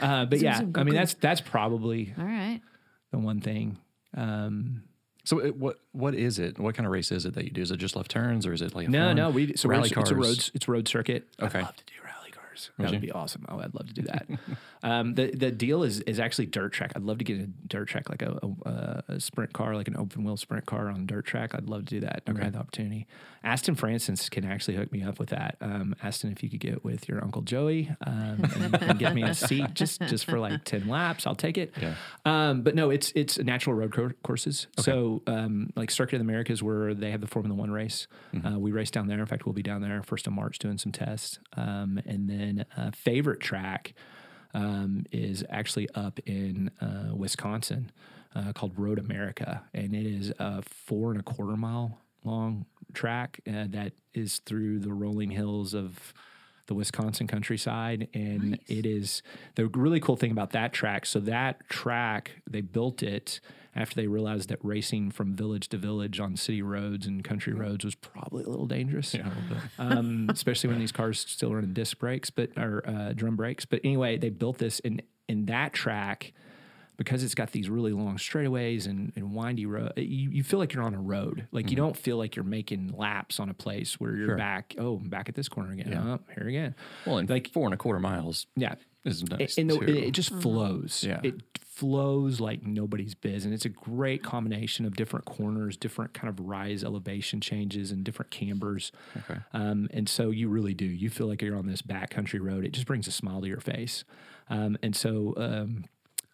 Speaker 5: Uh, but yeah,
Speaker 6: zoom, go,
Speaker 5: I mean
Speaker 6: go.
Speaker 5: that's that's probably
Speaker 6: All right.
Speaker 5: the one thing. Um,
Speaker 1: So it, what what is it? What kind of race is it that you do? Is it just left turns or is it like a
Speaker 5: no,
Speaker 1: fun-
Speaker 5: no, we so
Speaker 1: rally
Speaker 5: rally
Speaker 1: cars?
Speaker 5: It's a road it's road circuit.
Speaker 1: Okay.
Speaker 5: I'd love to do rally cars. That would be awesome. Oh, I'd love to
Speaker 1: <laughs>
Speaker 5: do that. um, the the deal is is actually dirt track. I'd love to get a dirt track like a, a, uh, a sprint car, like an open wheel sprint car on dirt track. I'd love to do that. Never had the opportunity. Aston Francis can actually hook me up with that. Um, Aston, if you could get with your uncle Joey um, and, and get me a seat just just
Speaker 1: <laughs>
Speaker 5: for like ten laps, I'll take it.
Speaker 1: Yeah.
Speaker 5: Um, but no, it's it's natural road cour courses. So um, like Circuit of the Americas, where they have the Formula One race, uh, we race down there. In fact, we'll be down there first of March doing some tests. Um, and then uh, favorite track um, is actually up in uh, Wisconsin uh, called Road America, and it is a four and a quarter mile long track uh, that is through the rolling hills of the Wisconsin countryside, and it is the really cool thing about that track. So that track, they built it after they realized that racing from village to village on city roads and country roads was probably a little dangerous, <laughs> um, especially when these cars still run disc brakes, but or uh, drum brakes. But anyway, they built this, and in that track because it's got these really long straightaways and, and windy road, you, you feel like you're on a road. Like you don't feel like you're making laps on a place where you're back. Oh, I'm back at this corner again. Oh, here again.
Speaker 1: Well, and like four and a quarter miles
Speaker 5: Yeah.
Speaker 1: is nice.
Speaker 5: And the,
Speaker 1: too.
Speaker 5: it, it just flows.
Speaker 1: Yeah.
Speaker 5: It flows like nobody's biz. And it's a great combination of different corners, different kind of rise elevation changes, and different cambers. Okay. Um, and so you really do. You feel like you're on this backcountry road. It just brings a smile to your face. Um, and so, um,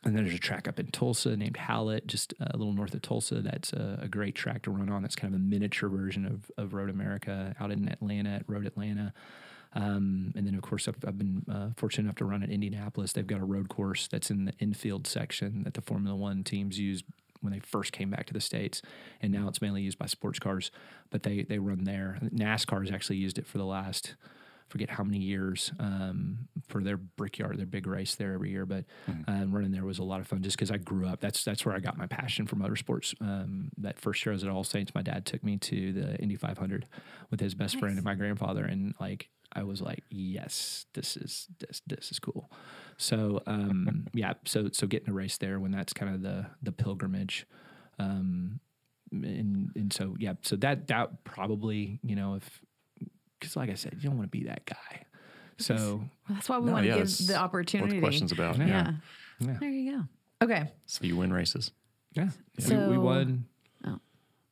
Speaker 5: and then there's a track up in Tulsa named Hallett, just a little north of Tulsa. That's a, a great track to run on. That's kind of a miniature version of, of Road America out in Atlanta at Road Atlanta. Um, and then, of course, I've, I've been uh, fortunate enough to run at Indianapolis. They've got a road course that's in the infield section that the Formula One teams used when they first came back to the states, and now it's mainly used by sports cars. But they they run there. NASCAR has actually used it for the last forget how many years um, for their brickyard, their big race there every year. But um, running there was a lot of fun just because I grew up. That's that's where I got my passion for motorsports. Um, that first year I was at All Saints, my dad took me to the Indy 500 with his best friend and my grandfather, and like I was like, yes, this is this this is cool. So um, yeah, so so getting a race there when that's kind of the the pilgrimage. Um, and and so yeah, so that that probably you know if because like I said, you don't want to be that guy. So
Speaker 6: That's why we
Speaker 1: No,
Speaker 6: want to
Speaker 1: yeah,
Speaker 6: give
Speaker 1: that's
Speaker 6: the
Speaker 1: what
Speaker 6: opportunity.
Speaker 1: the question's about. Yeah.
Speaker 6: Yeah.
Speaker 5: Yeah.
Speaker 6: There you go. Okay.
Speaker 1: So you win races.
Speaker 5: yeah, we, we
Speaker 6: So-
Speaker 5: won.
Speaker 6: Oh.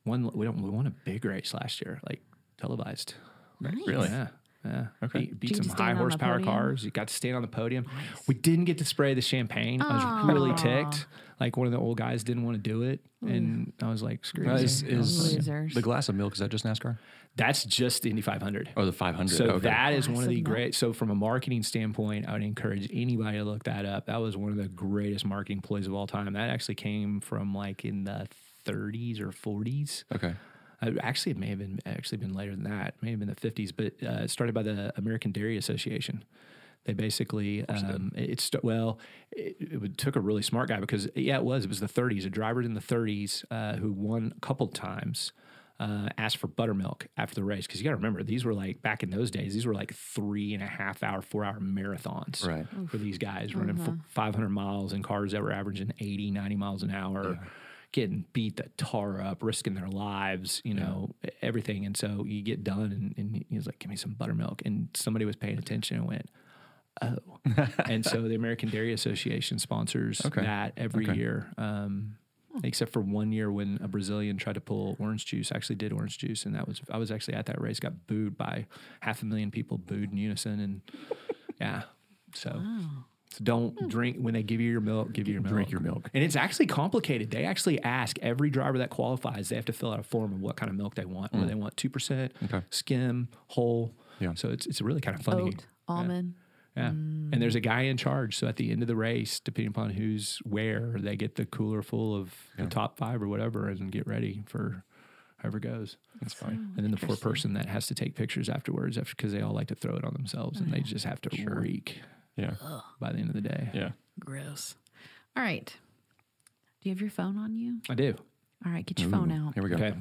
Speaker 5: One we don't we won a big race last year, like televised.
Speaker 6: Nice.
Speaker 1: Really?
Speaker 5: Yeah, Yeah. Okay. Beat, beat
Speaker 6: you
Speaker 5: some
Speaker 6: stand on
Speaker 5: high
Speaker 6: the
Speaker 5: horsepower
Speaker 6: podium?
Speaker 5: cars. You got to stand on the podium. We didn't get to spray the champagne. I was really ticked. Like one of the old guys didn't want to do it,
Speaker 6: Oh,
Speaker 5: and I was like, "Screw
Speaker 1: Uh,
Speaker 5: this."
Speaker 1: is, is
Speaker 6: Losers.
Speaker 1: the glass of milk is that just NASCAR
Speaker 5: That's just the Indy 500.
Speaker 1: or Oh, the 500?
Speaker 5: So
Speaker 1: okay.
Speaker 5: that is one of
Speaker 6: Awesome.
Speaker 5: the great. So from a marketing standpoint, I would encourage anybody to look that up. That was one of the greatest marketing plays of all time. That actually came from like in the 30s or 40s.
Speaker 1: okay.
Speaker 5: Uh, actually, it may have been actually been later than that. It may have been the 50s, but uh, it started by the American Dairy Association. They basically, um, it, it st- well, it, it would- took a really smart guy because yeah, it was it was the 30s. A driver in the 30s uh, who won a couple times. Uh, asked for buttermilk after the race because you got to remember these were like back in those days these were like three and a half hour four hour marathons
Speaker 1: Right.
Speaker 5: for these guys running for 500 miles in cars that were averaging 80, 90 miles an hour, getting beat the tar up, risking their lives, you know, e- everything. And so you get done and, and he was like, give me some buttermilk. And somebody was paying attention and went, oh. and so the American Dairy Association sponsors
Speaker 1: Okay.
Speaker 5: that every
Speaker 1: Okay.
Speaker 5: year. Um, Except for one year when a Brazilian tried to pull orange juice, actually did orange juice, and that was I was actually at that race, got booed by half a million people, booed in unison, and yeah. So, so don't drink when they give you your milk. Give you your milk.
Speaker 1: Drink your milk.
Speaker 5: And it's actually complicated. They actually ask every driver that qualifies. They have to fill out a form of what kind of milk they want. Whether they want two percent,
Speaker 1: Hmm. Okay.
Speaker 5: skim, whole.
Speaker 1: Yeah.
Speaker 5: So it's it's really kind of funny.
Speaker 6: Oat, almond.
Speaker 5: Yeah. And there's a guy in charge. So at the end of the race, depending upon who's where, they get the cooler full of the top five or whatever, and get ready for however goes.
Speaker 1: That's fine.
Speaker 5: And then the poor person that has to take pictures afterwards, because they all like to throw it on themselves, and they just have to reek
Speaker 1: Yeah.
Speaker 5: by the end of the day.
Speaker 1: Yeah.
Speaker 6: Gross. All right. Do you have your phone on you?
Speaker 5: I do.
Speaker 6: All right, get your phone out.
Speaker 1: Here we go.
Speaker 5: Okay.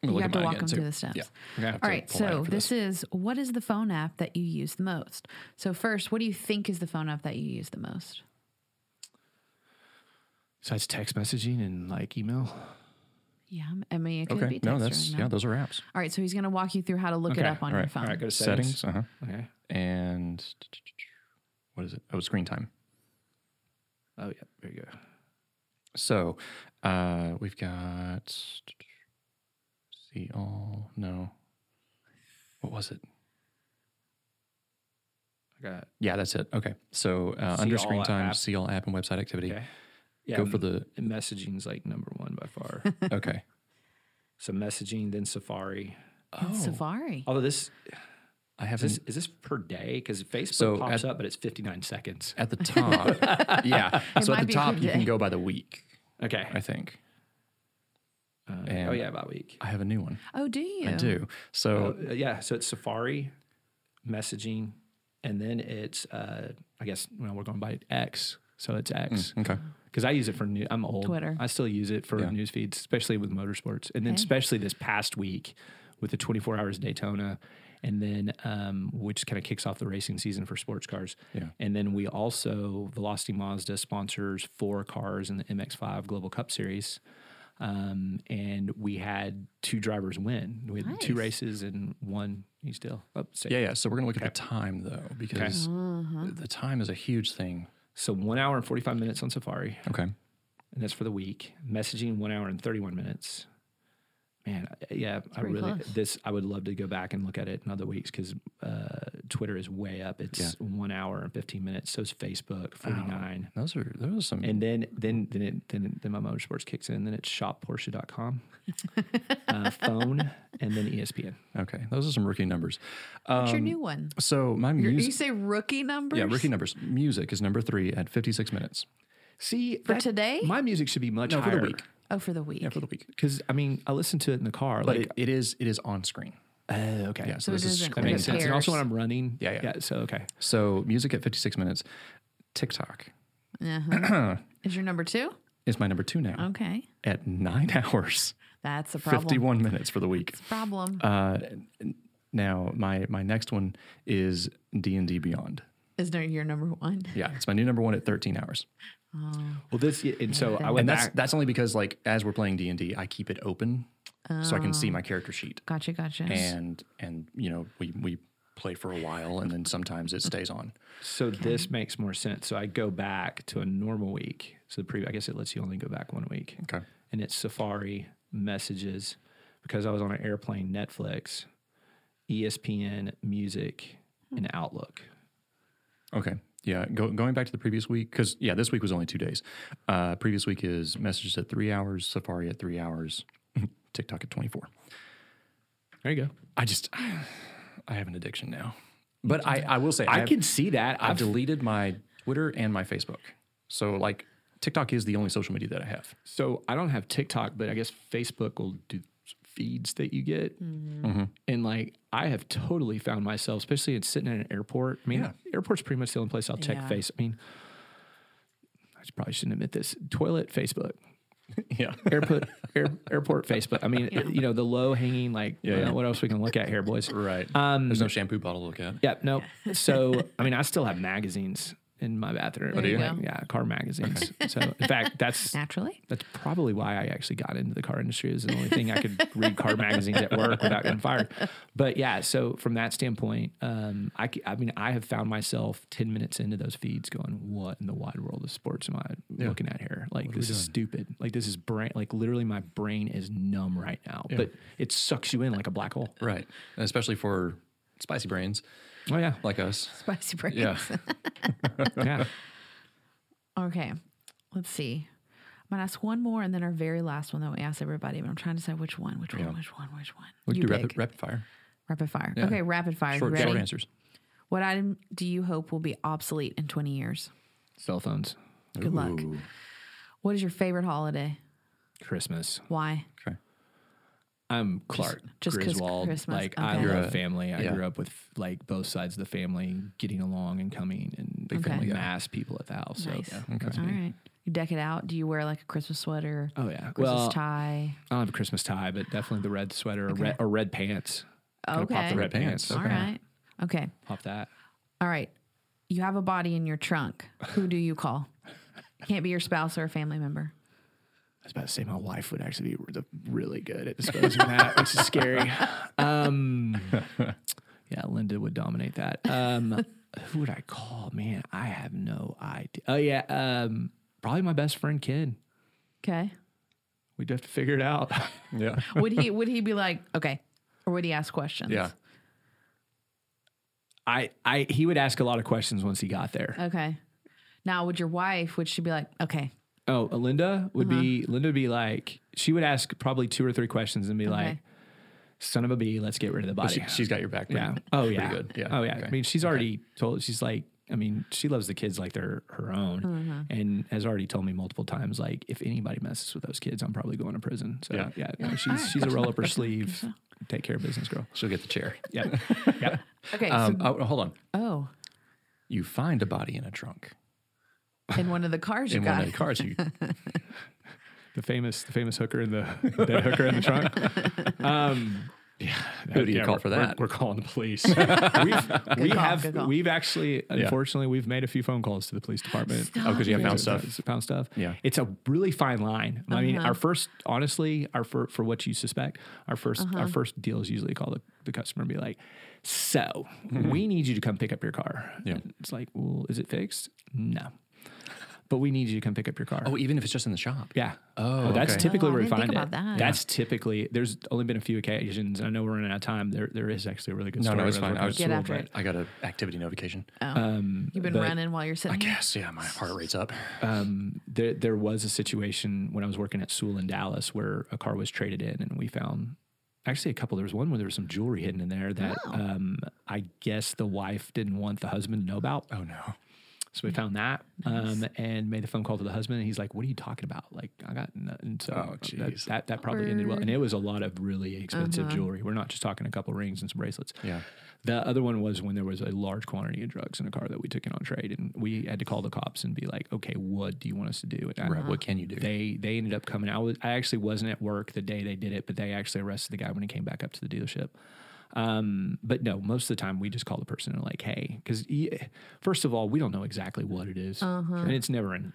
Speaker 1: I'm gonna
Speaker 6: You
Speaker 1: look
Speaker 6: have
Speaker 1: at
Speaker 6: to
Speaker 1: mine
Speaker 6: walk
Speaker 1: again,
Speaker 6: them
Speaker 1: too.
Speaker 6: through the steps.
Speaker 1: Yeah.
Speaker 6: All right,
Speaker 1: pull out
Speaker 6: so
Speaker 1: for
Speaker 6: this is what is the phone app that you use the most? So first, what do you think is the phone app that you use the most?
Speaker 5: Besides text messaging and like email.
Speaker 6: Yeah, I mean it could
Speaker 1: Okay.
Speaker 6: be
Speaker 1: No,
Speaker 6: text
Speaker 1: that's
Speaker 6: or
Speaker 1: yeah. Those are apps.
Speaker 6: All right, so he's going to walk you through how to look it
Speaker 5: Okay,
Speaker 6: up on
Speaker 1: all
Speaker 6: your
Speaker 1: right,
Speaker 6: phone.
Speaker 5: All right, go to
Speaker 1: Settings.
Speaker 5: settings.
Speaker 1: Uh huh.
Speaker 5: Okay.
Speaker 1: And what is it? Oh, screen time.
Speaker 5: Oh yeah, there you go.
Speaker 1: So uh, we've got see all no. What was it?
Speaker 5: I got
Speaker 1: Yeah, that's it. Okay. So uh,
Speaker 5: See
Speaker 1: under
Speaker 5: all
Speaker 1: screen time,
Speaker 5: app.
Speaker 1: see all app and website activity.
Speaker 5: okay. Yeah,
Speaker 1: Go for the
Speaker 5: m- messaging's like number one by far.
Speaker 1: okay.
Speaker 5: so messaging, then Safari.
Speaker 6: And Safari.
Speaker 1: Oh.
Speaker 5: Although this
Speaker 1: I
Speaker 5: is
Speaker 1: have
Speaker 5: this
Speaker 1: this
Speaker 5: is this per day because Facebook
Speaker 1: So
Speaker 5: pops
Speaker 1: at-
Speaker 5: up, but it's fifty nine seconds.
Speaker 1: at the top. yeah. So
Speaker 6: might
Speaker 1: at
Speaker 6: be
Speaker 1: the top,
Speaker 6: per
Speaker 1: you
Speaker 6: day.
Speaker 1: can go by the week.
Speaker 5: Okay.
Speaker 1: I think
Speaker 5: Uh,
Speaker 1: and-
Speaker 5: oh yeah, about week.
Speaker 1: I have a new one.
Speaker 6: Oh, do you?
Speaker 1: I do. So
Speaker 5: Uh, yeah, so it's Safari, messaging, and then it's uh, I guess well we're going by X, so it's X.
Speaker 1: Mm, okay.
Speaker 5: because I use it for new. I'm old.
Speaker 6: Twitter.
Speaker 5: I still use it for
Speaker 1: Yeah.
Speaker 5: news feeds, especially with motorsports, and then especially this past week with the 24 hours of Daytona, and then um, which kind of kicks off the racing season for sports cars.
Speaker 1: Yeah.
Speaker 5: And then we also Velocity Mazda sponsors four cars in the MX-5 Global Cup Series. Um, and we had two drivers win. We had two
Speaker 6: Nice.
Speaker 5: races and one each deal. Oh, say-
Speaker 1: Yeah, yeah. So we're gonna look at the time though, because the time is a huge thing.
Speaker 5: So one hour and 45 minutes on Safari.
Speaker 1: Okay.
Speaker 5: and that's for the week. Messaging one hour and thirty one minutes. Man, I- yeah, I
Speaker 6: pretty
Speaker 5: really
Speaker 6: close.
Speaker 5: this. I would love to go back and look at it in other weeks because uh, Twitter is way up. It's
Speaker 1: Yeah.
Speaker 5: one hour and fifteen minutes. So is
Speaker 6: Oh.
Speaker 5: Facebook forty nine.
Speaker 1: Those are those are some
Speaker 5: And then, then, then, it, then, then my motorsports kicks in. Then
Speaker 6: <laughs>
Speaker 5: it's shopporsche.com, uh, phone, and then E ESPN.
Speaker 1: okay. Those are some rookie numbers.
Speaker 6: What's your new one?
Speaker 1: Um, So my
Speaker 6: Your-
Speaker 1: music
Speaker 6: you say rookie numbers?
Speaker 1: Yeah, rookie numbers. Music is number three at 56 minutes.
Speaker 5: See,
Speaker 6: For today?
Speaker 5: my music should be much
Speaker 1: No, for
Speaker 5: higher
Speaker 1: the week.
Speaker 6: Oh, for the week.
Speaker 1: For the week.
Speaker 5: because I mean, I listen to it in the car.
Speaker 1: But
Speaker 5: like,
Speaker 1: it, it is it is on screen.
Speaker 5: oh, okay,
Speaker 1: Yeah,
Speaker 5: yeah,
Speaker 1: so,
Speaker 6: it
Speaker 1: this is
Speaker 6: isn't
Speaker 5: that
Speaker 1: screen
Speaker 5: makes
Speaker 1: time.
Speaker 5: sense. And
Speaker 6: compares.
Speaker 5: also when I'm running,
Speaker 1: Yeah, yeah.
Speaker 5: So okay,
Speaker 1: So music at 56 minutes. TikTok <clears throat>
Speaker 6: Uh-huh. is your number two?
Speaker 1: is my number two now
Speaker 3: Oh.
Speaker 6: Okay.
Speaker 1: at nine <laughs> hours,
Speaker 6: That's a problem.
Speaker 1: 51 minutes for the week.
Speaker 6: Problem.
Speaker 1: Uh, Now my my next one is D and D Beyond.
Speaker 6: is there your number one?
Speaker 1: Yeah, it's my new number one at 13 hours,
Speaker 5: Well, this and so I went
Speaker 1: and that's
Speaker 5: back.
Speaker 1: that's only because like as we're playing D and D, I keep it open so I can see my character sheet.
Speaker 6: Gotcha, gotcha.
Speaker 1: and and you know we we play for a while and then sometimes it stays on
Speaker 5: So this makes more sense. So I go back to a normal week. So the pre, I guess it lets you only go back one week.
Speaker 1: okay
Speaker 5: And it's Safari messages because I was on an airplane, Netflix, E ESPN, Music, and Outlook.
Speaker 1: Okay. Yeah. Go, going back to the previous week, because, yeah, this week was only two days. Uh, previous week is messages at three hours, Safari at three hours, <laughs> TikTok at 24.
Speaker 5: There you go.
Speaker 1: I just, <sighs> I have an addiction now. But I, I will say,
Speaker 5: I,
Speaker 1: have-
Speaker 5: can see that.
Speaker 1: I've
Speaker 5: I've,
Speaker 1: deleted my Twitter and my Facebook. So, like, TikTok is the only social media that I
Speaker 5: <laughs>
Speaker 1: have.
Speaker 5: so I don't have TikTok, but I guess Facebook will do feeds that you get.
Speaker 6: Mm-hmm.
Speaker 1: Mm-hmm.
Speaker 5: And like I have totally found myself, especially in sitting in an airport. I mean,
Speaker 1: Yeah.
Speaker 5: airport's pretty much the only place I'll check
Speaker 6: Yeah.
Speaker 5: face. I mean, I should- probably shouldn't admit this. Toilet, Facebook.
Speaker 1: Yeah.
Speaker 5: Airport, <laughs> air, airport, Facebook. I mean, you know, the low hanging, like,
Speaker 1: Yeah, yeah.
Speaker 5: what else we can look at here, boys?
Speaker 1: Right.
Speaker 5: Um,
Speaker 1: There's no shampoo bottle to look at.
Speaker 5: Yep. No. So I mean, I still have magazines in my bathroom.
Speaker 6: There you
Speaker 1: Oh,
Speaker 5: Like,
Speaker 6: go.
Speaker 5: Yeah, car magazines. So in
Speaker 6: <laughs>
Speaker 5: fact, that's
Speaker 6: Naturally.
Speaker 5: that's probably why I actually got into the car industry. Is the only thing I could read car magazines at work without getting fired. But yeah, so from that standpoint, um, I c- I mean, I have found myself ten minutes into those feeds going, "What in the wide world of sports am I looking at here? Like this is stupid. Like this is brain. Like literally, my brain is numb right now. But it sucks you in like a black hole.
Speaker 1: Right. And especially for spicy brains
Speaker 5: Oh yeah,
Speaker 1: like
Speaker 5: <laughs>
Speaker 1: us.
Speaker 6: Spicy break.
Speaker 1: Yeah.
Speaker 5: yeah.
Speaker 6: Okay. Let's see. I'm gonna ask one more and then our very last one that we ask everybody, but I'm trying to decide which one, which one, which one, which one.
Speaker 1: We
Speaker 6: you
Speaker 1: can do
Speaker 6: pick.
Speaker 1: rapid, rapid fire.
Speaker 6: Rapid fire. Okay, rapid fire.
Speaker 1: Short,
Speaker 6: Ready?
Speaker 1: short answers.
Speaker 6: What item do you hope will be obsolete in 20 years?
Speaker 5: Cell phones.
Speaker 6: Good luck.
Speaker 1: Ooh.
Speaker 6: What is your favorite holiday?
Speaker 5: Christmas.
Speaker 6: Why?
Speaker 1: Okay.
Speaker 5: I'm Clark
Speaker 6: just 'cause
Speaker 5: Griswold.
Speaker 6: Christmas,
Speaker 5: Like
Speaker 6: okay.
Speaker 5: I
Speaker 6: You're
Speaker 5: love
Speaker 1: a-
Speaker 5: family. I
Speaker 1: yeah.
Speaker 5: grew up with like both sides of the family getting along and coming and big
Speaker 6: Okay. family guy.
Speaker 5: mass people at the house.
Speaker 6: Nice.
Speaker 5: So yeah.
Speaker 6: All right. You deck it out. Do you wear like a Christmas sweater?
Speaker 5: Oh yeah.
Speaker 6: Christmas
Speaker 5: well,
Speaker 6: tie.
Speaker 5: I don't have a Christmas tie, but definitely the red sweater or, red, or red pants. Gotta Pop
Speaker 6: Okay.
Speaker 5: the red
Speaker 1: Pants.
Speaker 5: pants.
Speaker 6: All right. Okay.
Speaker 5: Pop that.
Speaker 6: All right. You have a body in your trunk. Who do you call?
Speaker 1: <laughs>
Speaker 6: Can't be your spouse or a family member.
Speaker 5: I was about to say my wife would actually be the- really good at disposing of that, which is scary. <laughs> Um, yeah, Linda would dominate that. Um, <laughs> who would I call? Man, I have no idea. Oh yeah, um, probably my best friend Ken.
Speaker 6: Okay.
Speaker 5: We'd have to figure
Speaker 1: <laughs>
Speaker 5: it out.
Speaker 1: Yeah.
Speaker 6: Would he would he be like, okay? Or would he ask questions?
Speaker 1: Yeah.
Speaker 5: I, I, he would ask a lot of questions once he got
Speaker 3: Uh,
Speaker 5: there.
Speaker 6: Okay. Now would your wife, would she be like, okay,
Speaker 5: Oh, Linda would be Linda would be like she would ask probably two or three questions and be like,
Speaker 6: Okay.
Speaker 5: "Son of a bee, let's get rid of the
Speaker 1: But
Speaker 5: body."
Speaker 1: she, she's got your back. pretty-
Speaker 5: <laughs> yeah. Oh yeah.
Speaker 1: good. Yeah.
Speaker 5: Oh yeah.
Speaker 1: Okay.
Speaker 5: I mean, she's already told. She's like, I mean, she loves the kids like they're her own, and has already told me multiple times like, if anybody messes with those kids, I'm probably going to prison. So
Speaker 1: Yeah.
Speaker 5: yeah, no, she's she's a roll up her sleeve, take care of business girl.
Speaker 1: She'll get the chair. <laughs>
Speaker 5: Yeah. yeah.
Speaker 6: okay,
Speaker 1: Um, oh, hold on.
Speaker 6: so, oh,
Speaker 1: You find a body in a trunk
Speaker 6: in one of the cars you
Speaker 1: in
Speaker 6: got.
Speaker 1: one of the cars. You,
Speaker 5: The famous the famous hooker in the <laughs> dead hooker in the trunk. Um, <laughs> yeah,
Speaker 1: Who do you call
Speaker 5: we're-
Speaker 1: for
Speaker 5: we're-
Speaker 1: that?
Speaker 5: We're, calling the <laughs>
Speaker 6: <laughs>
Speaker 5: police. we've, we
Speaker 6: call, good
Speaker 5: have
Speaker 6: call.
Speaker 5: we've actually unfortunately we've made a few phone calls to the police department.
Speaker 1: oh, because you have found stuff.
Speaker 5: It's found stuff.
Speaker 1: Yeah.
Speaker 5: it's a really fine line. I mean,
Speaker 6: Uh-huh.
Speaker 5: our first, honestly, our for for what you suspect, our 1st
Speaker 6: Uh-huh.
Speaker 5: our first deal is usually call the, the customer and be like, "So we need you to come pick up your car."
Speaker 1: Hmm. Yeah.
Speaker 5: And it's like, well, is it fixed? No, but we need you to come pick up your car.
Speaker 1: Oh, even if it's just in the shop.
Speaker 5: Yeah.
Speaker 1: Oh,
Speaker 5: that's
Speaker 1: okay.
Speaker 5: typically
Speaker 6: Oh, I
Speaker 5: where we
Speaker 6: didn't think
Speaker 5: find
Speaker 6: about that.
Speaker 5: it. That's typically. There's only been a few occasions. and I know we're running out of time. There, there is actually a really good.
Speaker 1: No,
Speaker 5: story
Speaker 1: no, it's
Speaker 5: when
Speaker 1: fine. I
Speaker 5: working
Speaker 1: was
Speaker 5: at
Speaker 6: Get
Speaker 5: school,
Speaker 6: after
Speaker 5: but,
Speaker 6: it.
Speaker 1: I got an activity notification.
Speaker 5: Um,
Speaker 6: You've been
Speaker 5: but,
Speaker 6: running while you're sitting.
Speaker 1: I
Speaker 3: Mm-hmm.
Speaker 6: here?
Speaker 1: guess. Yeah. My heart rate's up.
Speaker 5: Um, there, there was a situation when I was working at Sewell in Dallas where a car was traded in, and we found actually a couple. There was one where there was some jewelry hidden in there that
Speaker 6: Oh.
Speaker 5: um, I guess the wife didn't want the husband to know about.
Speaker 1: Oh, no.
Speaker 5: So
Speaker 1: Mm.
Speaker 5: we found that um, and made a phone call to the husband. And he's like, What are you talking about? Like, I got nothing. So
Speaker 1: Oh,
Speaker 5: that,
Speaker 1: jeez.
Speaker 5: that, that probably ended well. And it was a lot of really expensive jewelry. We're not just talking a couple rings and some bracelets.
Speaker 1: Yeah.
Speaker 5: The other one was when there was a large quantity of drugs in a car that we took in on trade. And we had to call the cops and be like, Okay, what do you want us to do? And I-
Speaker 1: Right. What can you do?
Speaker 5: They they ended up coming. I was I actually wasn't at work the day they did it, but they actually arrested the guy when he came back up to the dealership. Um, but no, most of the time we just call the person and like, hey, because first of all, we don't know exactly what it is. and it's never in.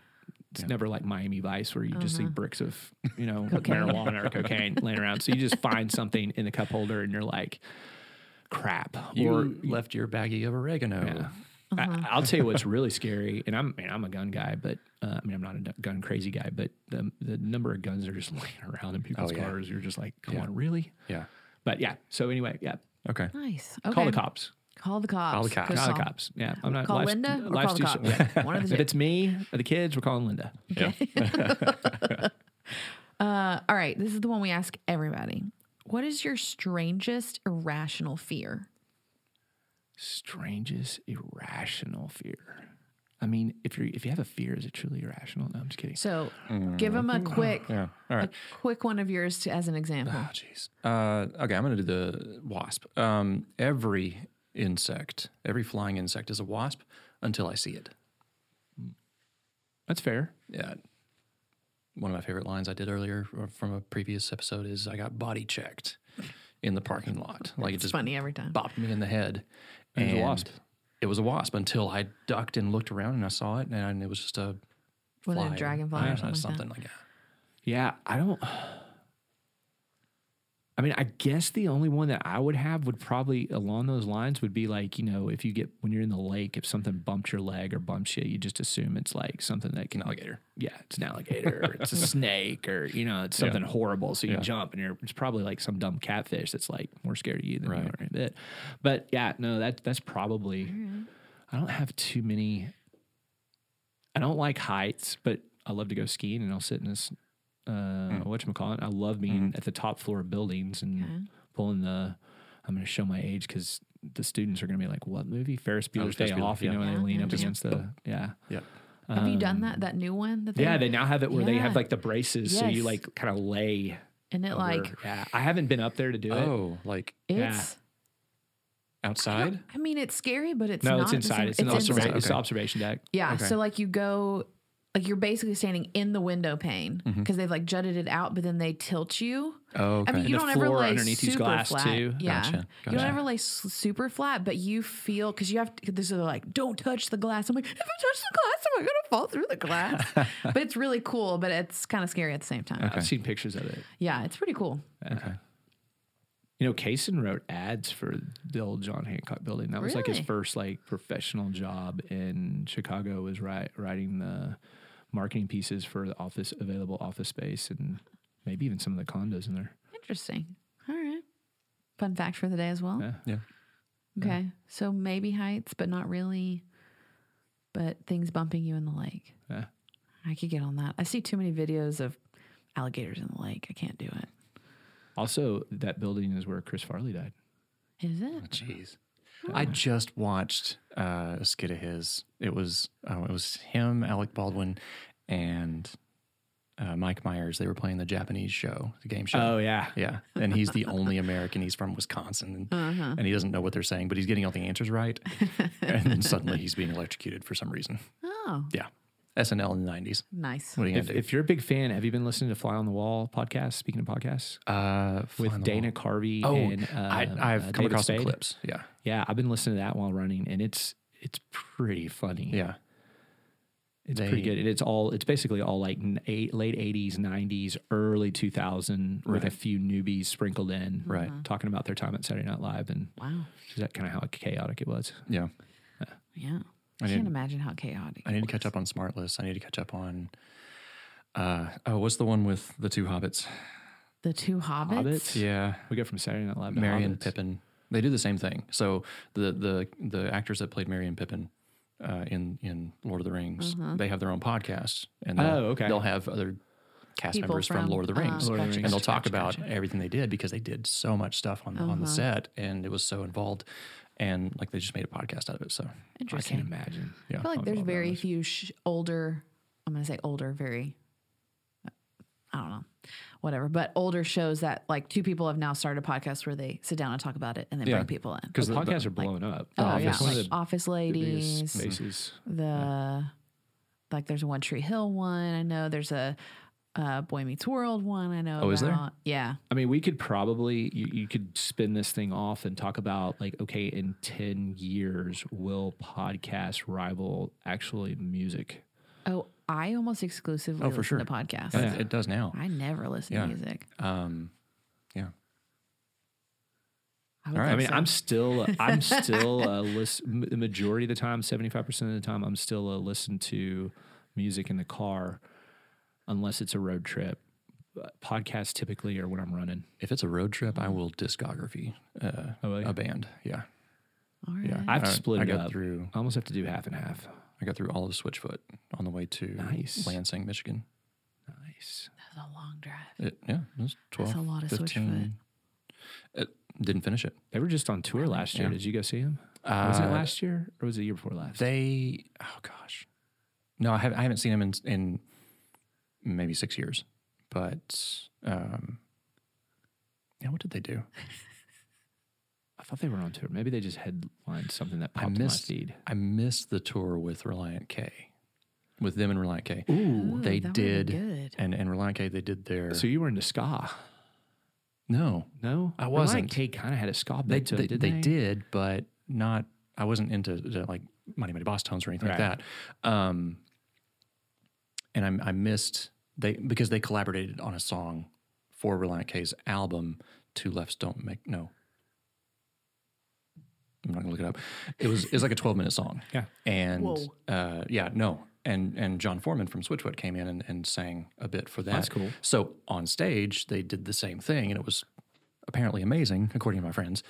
Speaker 5: It's never like Miami Vice where you just see bricks of you know marijuana or cocaine laying around. So you just find something in the cup holder and you're like, crap. or
Speaker 1: you left your baggie of oregano.
Speaker 5: yeah.
Speaker 3: Uh-huh.
Speaker 5: I, I'll tell you what's really scary, and I'm I mean, I'm a gun guy, but uh, I mean I'm not a gun crazy guy, but the the number of guns that are just <laughs> laying around in people's
Speaker 1: Oh, yeah.
Speaker 5: cars, you're just like, come
Speaker 1: Yeah.
Speaker 5: on, really?
Speaker 1: Yeah.
Speaker 5: But yeah. So anyway, yeah,
Speaker 1: Okay.
Speaker 3: Nice. Okay.
Speaker 5: Call the cops.
Speaker 3: Call the cops.
Speaker 1: Call the cops.
Speaker 3: Good
Speaker 5: Call the
Speaker 3: call.
Speaker 5: cops. Yeah, I'm not.
Speaker 3: Call
Speaker 5: life's-
Speaker 3: Linda or
Speaker 5: life's
Speaker 3: call the
Speaker 5: too
Speaker 3: cops.
Speaker 5: short. <laughs>
Speaker 3: One of the
Speaker 5: If
Speaker 3: two.
Speaker 5: it's me or the kids, we're calling Linda.
Speaker 3: Uh, all right. This is the one we ask everybody. What is your strangest irrational fear?
Speaker 5: Strangest irrational fear. I mean, if you are if you have a fear, is it truly irrational? No, I'm just kidding.
Speaker 3: So give them a quick,
Speaker 1: Hmm. Yeah. All right.
Speaker 3: a quick one of yours to, as an example.
Speaker 1: Oh, jeez. Uh, okay, I'm going to do the wasp. Um, every insect, every flying insect is a wasp until I see it.
Speaker 5: That's fair.
Speaker 1: Yeah. One of my favorite lines I did earlier or from a previous episode is I got body checked in the parking lot. Like it <sighs>
Speaker 3: It's
Speaker 1: just
Speaker 3: funny every time.
Speaker 1: bopped me in the head.
Speaker 5: And it was a wasp.
Speaker 1: It was a wasp until I ducked and looked around and I saw it and it was just a
Speaker 3: Was it a
Speaker 1: fly
Speaker 3: dragonfly or
Speaker 1: I don't know,
Speaker 3: something like that?
Speaker 1: something like that.
Speaker 5: Yeah, I don't. <sighs> I mean, I guess the only one that I would have would probably along those lines would be like, you know, if you get when you're in the lake, if something bumps your leg or bumps you, you just assume it's like something that can alligator. Yeah, it's an alligator, or it's a snake, or you know, it's something horrible. So you jump and you're it's probably like some dumb catfish that's like more scared of you than you are of it. But yeah, no, that that's probably. I don't have too many. I don't like heights, but I love to go skiing and I'll sit in this. Uh,
Speaker 1: Hmm.
Speaker 5: whatchamacallit. I love being
Speaker 1: Mm-hmm.
Speaker 5: at the top floor of buildings and pulling the. I'm going to show my age because the students are going to be like, "What movie? Ferris Bueller's
Speaker 1: Oh, Ferris
Speaker 5: Day
Speaker 1: Bueller,
Speaker 5: Off." You
Speaker 1: yeah.
Speaker 5: know, and they
Speaker 3: Yeah,
Speaker 5: lean
Speaker 3: yeah,
Speaker 5: up
Speaker 3: yeah.
Speaker 5: against the yeah. Um,
Speaker 1: Yeah.
Speaker 3: Have you done
Speaker 1: Um,
Speaker 3: that? That new one? That they
Speaker 5: Yeah, they now have it where they
Speaker 3: Yeah.
Speaker 5: have like the braces, so you
Speaker 3: Yes.
Speaker 5: like kind of lay.
Speaker 3: and it
Speaker 5: over-
Speaker 3: like
Speaker 5: yeah, I haven't been up there to do it.
Speaker 1: Oh, like
Speaker 3: it's.
Speaker 5: Yeah.
Speaker 1: outside?
Speaker 3: I mean, it's scary, but it's
Speaker 5: No,
Speaker 3: Not
Speaker 5: it's
Speaker 3: at the same-
Speaker 5: inside. It's, an
Speaker 3: inside.
Speaker 5: observation. It's an
Speaker 1: Okay.
Speaker 5: observation deck.
Speaker 3: Yeah.
Speaker 1: Okay.
Speaker 3: So like you go, like you're basically standing in the window pane because
Speaker 5: Mm-hmm.
Speaker 3: they've like jutted it out, but then they tilt you.
Speaker 1: Oh, okay.
Speaker 3: I mean, you
Speaker 5: And the
Speaker 3: don't ever
Speaker 5: floor
Speaker 3: lay
Speaker 5: underneath
Speaker 3: super
Speaker 5: you's glass,
Speaker 3: flat.
Speaker 5: too.
Speaker 3: Yeah,
Speaker 1: Gotcha,
Speaker 3: you
Speaker 1: gotcha.
Speaker 3: don't ever lay s- super flat, but you feel because you have to. This is like, don't touch the glass. I'm like, if I touch the glass, am I gonna fall through the glass?
Speaker 5: <laughs>
Speaker 3: but it's really cool, but it's kind of scary at the same time.
Speaker 5: I've seen pictures of it.
Speaker 3: Yeah, it's pretty cool.
Speaker 5: You know, Kaysen wrote ads for the old John Hancock building. That was like his
Speaker 3: Really?
Speaker 5: first like professional job in Chicago. Was ri- writing the marketing pieces for the office available office space and maybe even some of the condos in there.
Speaker 3: Interesting. All right. Fun fact for the day as well.
Speaker 5: Yeah.
Speaker 1: yeah.
Speaker 3: Okay, so maybe heights, but not really. But things bumping you in the lake.
Speaker 5: Yeah.
Speaker 3: I could get on that. I see too many videos of alligators in the lake. I can't do it.
Speaker 5: Also, that building is where Chris Farley died.
Speaker 3: Is it?
Speaker 1: Jeez.
Speaker 3: Hmm.
Speaker 1: I just watched uh, a skit of his. It was oh, it was him, Alec Baldwin, and uh, Mike Myers. They were playing the Japanese show, the game show.
Speaker 5: yeah,
Speaker 1: Oh, Yeah, and he's the only American. He's from Wisconsin, and, and he doesn't know what they're saying, but he's getting all the answers right. and then suddenly he's being electrocuted for some reason.
Speaker 3: Oh,
Speaker 1: Yeah, SNL in the '90s.
Speaker 3: nice.
Speaker 1: What are you
Speaker 5: If,
Speaker 1: gonna do?
Speaker 5: if you're a big fan, have you been listening to Fly on the Wall podcast? Speaking of podcasts,
Speaker 1: uh, Fly on
Speaker 5: with
Speaker 1: the
Speaker 5: Dana
Speaker 1: Wall.
Speaker 5: Carvey.
Speaker 1: Oh,
Speaker 5: and,
Speaker 1: I,
Speaker 5: um,
Speaker 1: I've come
Speaker 5: uh, David
Speaker 1: across some
Speaker 5: Spade.
Speaker 1: clips. Yeah,
Speaker 5: Yeah, I've been listening to that while running, and it's it's pretty funny.
Speaker 1: yeah.
Speaker 5: It's
Speaker 1: They-
Speaker 5: pretty good. And it's all it's basically all like n- eight, late 80s, 90s, early 2000 with a few newbies sprinkled in.
Speaker 1: Right.
Speaker 3: Uh-huh.
Speaker 5: Talking about their time at Saturday Night Live and
Speaker 3: Wow.
Speaker 5: is that kind of how chaotic it was.
Speaker 1: Yeah.
Speaker 3: Yeah.
Speaker 1: I
Speaker 3: I can't
Speaker 1: didn't-
Speaker 3: imagine how chaotic.
Speaker 1: I need to catch up on Smart List. I need to catch up on. Uh, oh, what's the one with the two hobbits?
Speaker 3: The two hobbits.
Speaker 5: Hobbits?
Speaker 1: Yeah,
Speaker 5: We go from Saturday Night Live to
Speaker 1: Mary and
Speaker 5: Hobbits.
Speaker 1: Pippin. They do the same thing. So the the the actors that played Mary and Pippin uh, in in Lord of the Rings, they have their own podcast, and they'll,
Speaker 5: Mm-hmm. Oh, okay. Ah,
Speaker 1: they'll have other cast
Speaker 3: People
Speaker 1: members from,
Speaker 3: from,
Speaker 1: Lord of the
Speaker 3: uh,
Speaker 1: Rings,
Speaker 5: Lord of the
Speaker 1: and
Speaker 5: Rings.
Speaker 1: they'll talk about everything they did because they did so much stuff on on
Speaker 5: Uh-huh.
Speaker 1: the set, and it was so involved, and like they just made a podcast out of it. So
Speaker 5: I
Speaker 3: Interesting.
Speaker 5: can't imagine.
Speaker 1: yeah,
Speaker 3: I feel like
Speaker 5: I've
Speaker 3: there's
Speaker 5: all done
Speaker 3: very
Speaker 5: this.
Speaker 3: few sh- older. I'm gonna say older. Very. I don't know. Whatever. But older shows that like two people have now started a podcast where they sit down and talk about it and then
Speaker 1: Yeah.
Speaker 3: bring people in.
Speaker 5: Because the podcasts are blowing up.
Speaker 3: Oh,
Speaker 5: It's
Speaker 3: yeah,
Speaker 5: one of
Speaker 3: like
Speaker 5: the
Speaker 3: Office
Speaker 5: biggest
Speaker 3: Ladies,
Speaker 5: spaces.
Speaker 3: the like there's a One Tree Hill one. I know there's a uh, Boy Meets World one. I know.
Speaker 1: Oh, is there?
Speaker 3: about. Yeah.
Speaker 5: I mean, we could probably you, you could spin this thing off and talk about like, okay, in ten years, will podcasts rival actually music?
Speaker 3: Oh, I almost exclusively
Speaker 1: Oh, for
Speaker 3: listen
Speaker 1: sure.
Speaker 3: to podcasts.
Speaker 1: It, it does now.
Speaker 3: I never listen
Speaker 1: Yeah.
Speaker 3: to music.
Speaker 1: Um, yeah.
Speaker 3: I would
Speaker 1: All right.
Speaker 5: I
Speaker 3: think
Speaker 5: mean,
Speaker 3: so.
Speaker 5: I'm still, uh,
Speaker 1: <laughs>
Speaker 5: I'm still a listen. The majority of the time, seventy five percent of the time, I'm uh, still a listen to music in the car, unless it's a road trip. uh, podcasts typically are when I'm running.
Speaker 1: If it's a road trip, I will discography uh,
Speaker 5: Mm-hmm. Oh, really?
Speaker 1: a band. Yeah,
Speaker 6: All right.
Speaker 1: yeah.
Speaker 5: I have to
Speaker 1: I-
Speaker 5: split
Speaker 1: I
Speaker 5: it
Speaker 1: got
Speaker 5: up.
Speaker 1: through.
Speaker 5: I almost have to do half and half.
Speaker 1: I got through all of Switchfoot on the way to
Speaker 5: Nice.
Speaker 1: Lansing, Michigan.
Speaker 5: Nice.
Speaker 6: That's a long drive.
Speaker 1: It, yeah, it was twelve.
Speaker 6: a lot of
Speaker 1: 15. It, didn't finish it.
Speaker 5: They were just on tour last year.
Speaker 1: Yeah.
Speaker 5: Did you go see them? was it
Speaker 1: Uh,
Speaker 5: last year or was it the year before last?
Speaker 1: They. Oh gosh. No, I, have, I haven't seen them in in maybe six years. But um, yeah, what did they do?
Speaker 5: I thought they were on tour. Maybe they just headlined something that
Speaker 1: I
Speaker 5: popped in my
Speaker 1: missed-
Speaker 5: feed.
Speaker 1: I missed the tour with Reliant K, with them and Reliant K.
Speaker 5: Ooh.
Speaker 1: they
Speaker 6: that would've been
Speaker 1: did,
Speaker 6: good.
Speaker 1: and and Reliant K they did their
Speaker 5: So you were into ska?
Speaker 1: no.
Speaker 5: No,
Speaker 1: I
Speaker 5: Like
Speaker 1: wasn't.
Speaker 5: K kind of had a ska
Speaker 1: They
Speaker 5: bit to
Speaker 1: they,
Speaker 5: it, didn't
Speaker 1: they did, but not. I wasn't into the, like Money Money Boss tones or anything
Speaker 5: Right.
Speaker 1: like that. Um, and I, I missed they because they collaborated on a song for Reliant K's album. Two lefts don't make no. I'm not gonna look it up. It was it was like a 12 minute song.
Speaker 5: Yeah.
Speaker 1: and
Speaker 6: Whoa.
Speaker 1: uh, yeah, no, and and John Foreman from Switchfoot came in and, and sang a bit for that.
Speaker 5: That's cool.
Speaker 1: So on stage, they did the same thing, and it was apparently amazing, according to my friends.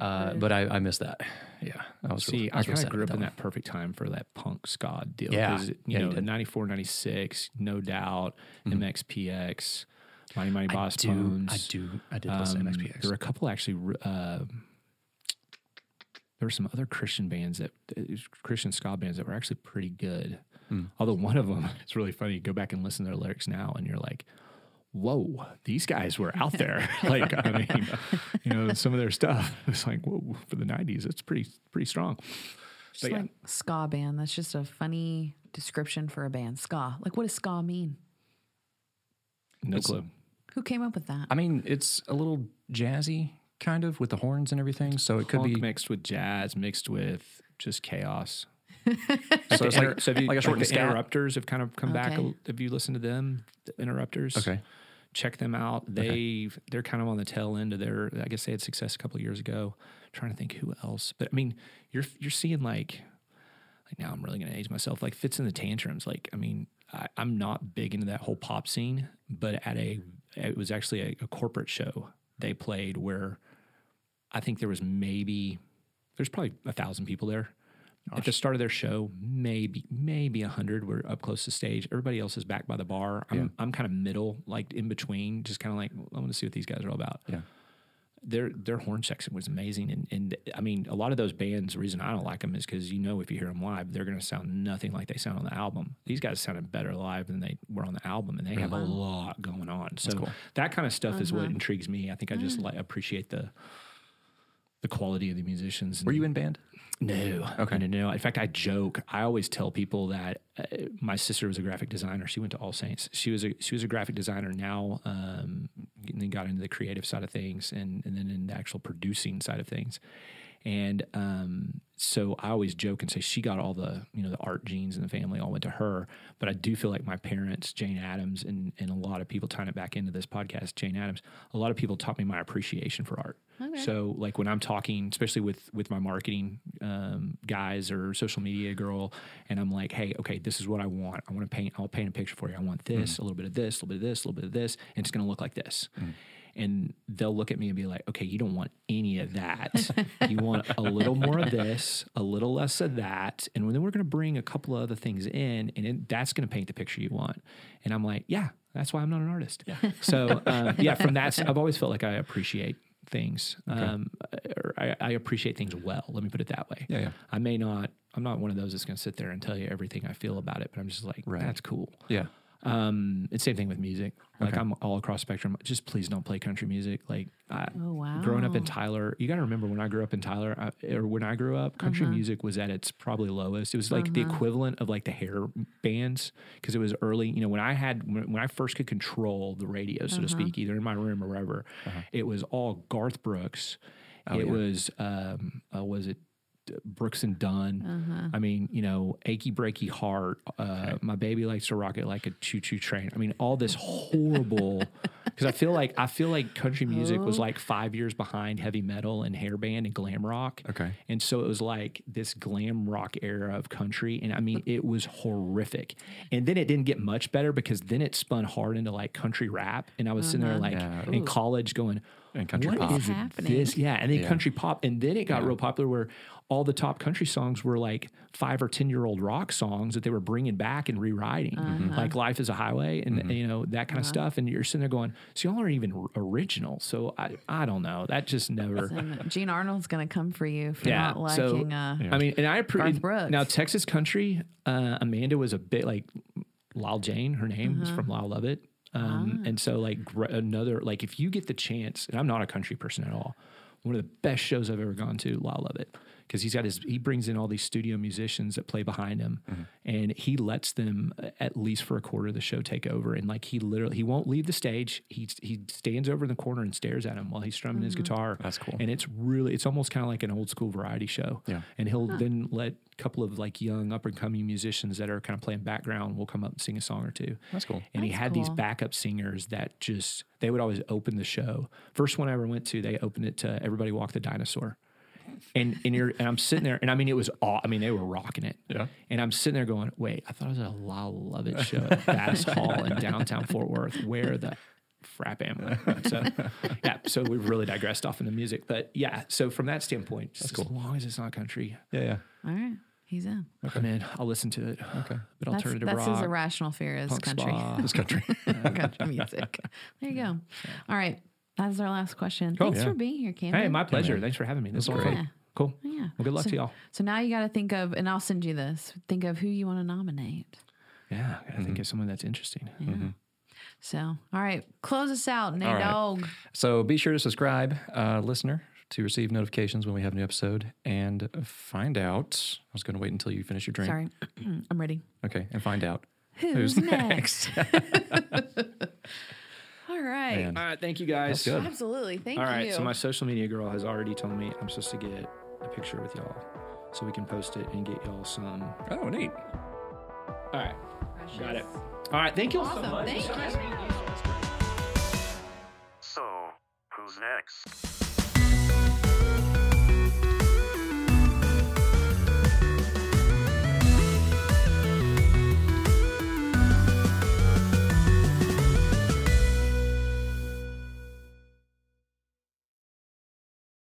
Speaker 1: Uh, but I, I missed that. Yeah, I was
Speaker 5: See,
Speaker 1: really,
Speaker 5: I
Speaker 1: was really
Speaker 5: kind of
Speaker 1: sad
Speaker 5: grew up
Speaker 1: about
Speaker 5: in
Speaker 1: one.
Speaker 5: that perfect time for that punk ska deal.
Speaker 1: Yeah.
Speaker 5: 'cause, You
Speaker 1: Yeah, you
Speaker 5: know,
Speaker 1: did.
Speaker 5: 94, 96, No Doubt, MXPX, Mighty Mighty Boss
Speaker 1: do-
Speaker 5: Tones.
Speaker 1: I do. I did listen
Speaker 5: Um,
Speaker 1: to MXPX.
Speaker 5: There were a couple actually. r- um there were some other Christian bands that uh, Christian ska bands that were actually pretty good.
Speaker 1: Hmm.
Speaker 5: Although one of them, <laughs> it's really funny. You go back and listen to their lyrics now, and you're like, "Whoa, these guys were out
Speaker 1: <laughs>
Speaker 5: there!" <laughs> like, I mean, you know, some of their stuff. It's like, whoa, for the '90s, it's pretty pretty strong.
Speaker 6: Just
Speaker 5: yeah.
Speaker 6: like ska band. That's just a funny description for a band. Ska. Like, what does ska mean?
Speaker 5: No clue.
Speaker 6: Who came up with that?
Speaker 1: I mean, it's a little jazzy, kind of, with the horns and everything. So it could
Speaker 5: Punk
Speaker 1: be
Speaker 5: mixed with jazz, mixed with just chaos.
Speaker 1: so it's
Speaker 5: Inter- so have you,
Speaker 1: like a short
Speaker 5: the
Speaker 1: scat.
Speaker 5: interrupters have kind of come back.
Speaker 6: Okay.
Speaker 5: Have you listened to them? The interrupters.
Speaker 1: Okay.
Speaker 5: Check them out. They they're kind of on the tail end of their. I guess they had success a couple of years ago. trying to think who else, but I mean, you're you're seeing like like now I'm really gonna age myself. Like fits in the tantrums. Like I mean, I, I'm not big into that whole pop scene, but at a it was actually a, a corporate show they played where I think there was maybe there's probably a thousand people there. At the start of their show, maybe maybe a hundred were up close to stage. Everybody else is back by the bar. I'm I'm kind of middle, like in between, just kind of like I want to see what these guys are all about
Speaker 1: Yeah.
Speaker 5: their their horn section was amazing, and and I mean a lot of those bands. The reason I don't like them is because you know if you hear them live, they're going to sound nothing like they sound on the album. These guys sounded better live than they were on the album, and they have a
Speaker 1: Uh-huh.
Speaker 5: lot going on. So that kind of stuff is what intrigues me. I think I just like appreciate the the quality of the musicians.
Speaker 1: Were
Speaker 5: and-
Speaker 1: you in band?
Speaker 5: no. Okay. No, no, no. In fact, I joke. I always tell people that uh, my sister was a graphic designer. She went to All Saints. She was a she was a graphic designer. Now, um, and then got into the creative side of things, and and then in the actual producing side of things. And um, so I always joke and say she got all the you know the art genes in the family all went to her. But I do feel like my parents, Jane Addams, and and a lot of people tying it back into this podcast, Jane Addams. A lot of people taught me my appreciation for art. So like when I'm talking, especially with with my marketing um, guys or social media girl, and I'm like, hey, okay, this is what I want. I want to paint. I'll paint a picture for you. I want this, a little bit of this, a little bit of this, a little bit of this, and it's going to look like this. And they'll look at me and be like, okay, you don't want any of that. you want a little more of this, a little less of that. And then we're going to bring a couple of other things in, and it, that's going to paint the picture you want. And I'm like, yeah, that's why I'm not an artist. <laughs> So, um, yeah, from that, I've always felt like I appreciate things. Um, or I, I appreciate things well. Let me put it that way.
Speaker 1: Yeah, yeah.
Speaker 5: I may not, I'm not one of those that's going to sit there and tell you everything I feel about it, but I'm just like, that's cool.
Speaker 1: Yeah.
Speaker 5: Um, it's same thing with music. Like I'm all across spectrum. Just please don't play country music. Like I,
Speaker 6: wow.
Speaker 5: growing up in Tyler, you got to remember when I grew up in Tyler, I, or when I grew up, country music was at its probably lowest. It was like the equivalent of like the hair bands because it was early. You know, when I had when, when I first could control the radio, so to speak, either in my room or wherever, it was all Garth Brooks. it was um, uh, was it D- Brooks and Dunn. I mean, you know, achy breaky heart. Uh, My baby likes to rock it like a choo choo train. I mean, all this horrible. <laughs> Because I feel like I feel like country music was like five years behind heavy metal and hair band and glam rock.
Speaker 1: Okay. <laughs>
Speaker 5: And so it was like this glam rock era of country. And I mean, it was horrific. And then it didn't get much better because then it spun hard into like country rap. And I was sitting there like
Speaker 1: Yeah.
Speaker 5: in college going,
Speaker 1: And country
Speaker 5: "What
Speaker 1: pop.
Speaker 5: is
Speaker 6: Happening.
Speaker 5: this?" Yeah. And then country pop. And then it got real popular where all the top country songs were like five or 10 year old rock songs that they were bringing back and rewriting, like Life is a Highway and,
Speaker 1: Mm-hmm.
Speaker 5: you know, that kind of stuff. And you're sitting there going, so y'all aren't even r- original. So I, I don't know. That just never.
Speaker 6: And Gene Arnold's going to come for you for not
Speaker 5: so,
Speaker 6: liking. uh,
Speaker 5: I mean, and I
Speaker 6: Garth
Speaker 5: appreciate
Speaker 6: Brooks.
Speaker 5: now Texas country. Uh, Amanda was a bit like Lyle Jane. Her name
Speaker 6: Uh-huh.
Speaker 5: is from Lyle Lovett. Um,
Speaker 6: Ah.
Speaker 5: And so, like gr- another, like if you get the chance, and I'm not a country person at all. One of the best shows I've ever gone to, Lyle Lovett, because he's got his he brings in all these studio musicians that play behind him, and he lets them uh, at least for a quarter of the show take over. And like he literally, he won't leave the stage. He he stands over in the corner and stares at him while he's strumming his guitar.
Speaker 1: That's cool.
Speaker 5: And it's really it's almost kind of like an old school variety show
Speaker 1: Yeah.
Speaker 5: and he'll then let a couple of like young up and coming musicians that are kind of playing background will come up and sing a song or two
Speaker 1: That's cool.
Speaker 5: and he had these backup singers that just they would always open the show first one i ever went to they opened it to everybody walk the dinosaur and and you're and i'm sitting there and i mean it was aw- i mean they were rocking it
Speaker 1: Yeah.
Speaker 5: and i'm sitting there going wait i thought it was a la lovett show
Speaker 1: <laughs>
Speaker 5: at bass hall in downtown fort worth where the frap am I? so yeah so we've really digressed off into music but yeah so from that standpoint just as long as it's not country
Speaker 1: Yeah, yeah.
Speaker 6: All right. He's in.
Speaker 5: I mean, I'll listen to it. Okay. But
Speaker 6: That's,
Speaker 5: alternative
Speaker 6: that's his
Speaker 5: rock,
Speaker 6: irrational fear is
Speaker 5: punk
Speaker 6: country.
Speaker 5: spa.
Speaker 1: This country.
Speaker 6: <laughs> country music. There you go. All right. That's our last question. Thanks
Speaker 1: Yeah.
Speaker 6: for being here, Camden.
Speaker 5: Hey, my pleasure. Thanks for having me. This was
Speaker 1: great.
Speaker 5: fun. Cool.
Speaker 6: Yeah.
Speaker 5: Well, good luck
Speaker 6: So-
Speaker 5: to y'all.
Speaker 6: So now you got to think of, and I'll send you this. Think of who you want to nominate.
Speaker 5: Yeah. Mm-hmm. I think it's someone that's interesting.
Speaker 6: So, all right, close us out, Nate
Speaker 1: All right.
Speaker 6: Dog.
Speaker 1: So be sure to subscribe, uh, listener, to receive notifications when we have a new episode and find out. I was going to wait until you finish your drink.
Speaker 6: Sorry, <clears throat> I'm ready.
Speaker 1: Okay, and find out.
Speaker 6: Who's,
Speaker 1: Who's
Speaker 6: next? <laughs> all right.
Speaker 1: Man,
Speaker 5: All right. Thank you guys.
Speaker 1: that's good.
Speaker 6: Absolutely. Thank
Speaker 5: All right.
Speaker 6: you.
Speaker 5: So my social media girl has already told me I'm supposed to get a picture with y'all so we can post it and get y'all some. All
Speaker 1: Oh, neat.
Speaker 5: right. Got it. All right. Thank y'all so
Speaker 6: Awesome.
Speaker 5: much.
Speaker 6: Thank you.
Speaker 4: So, who's next?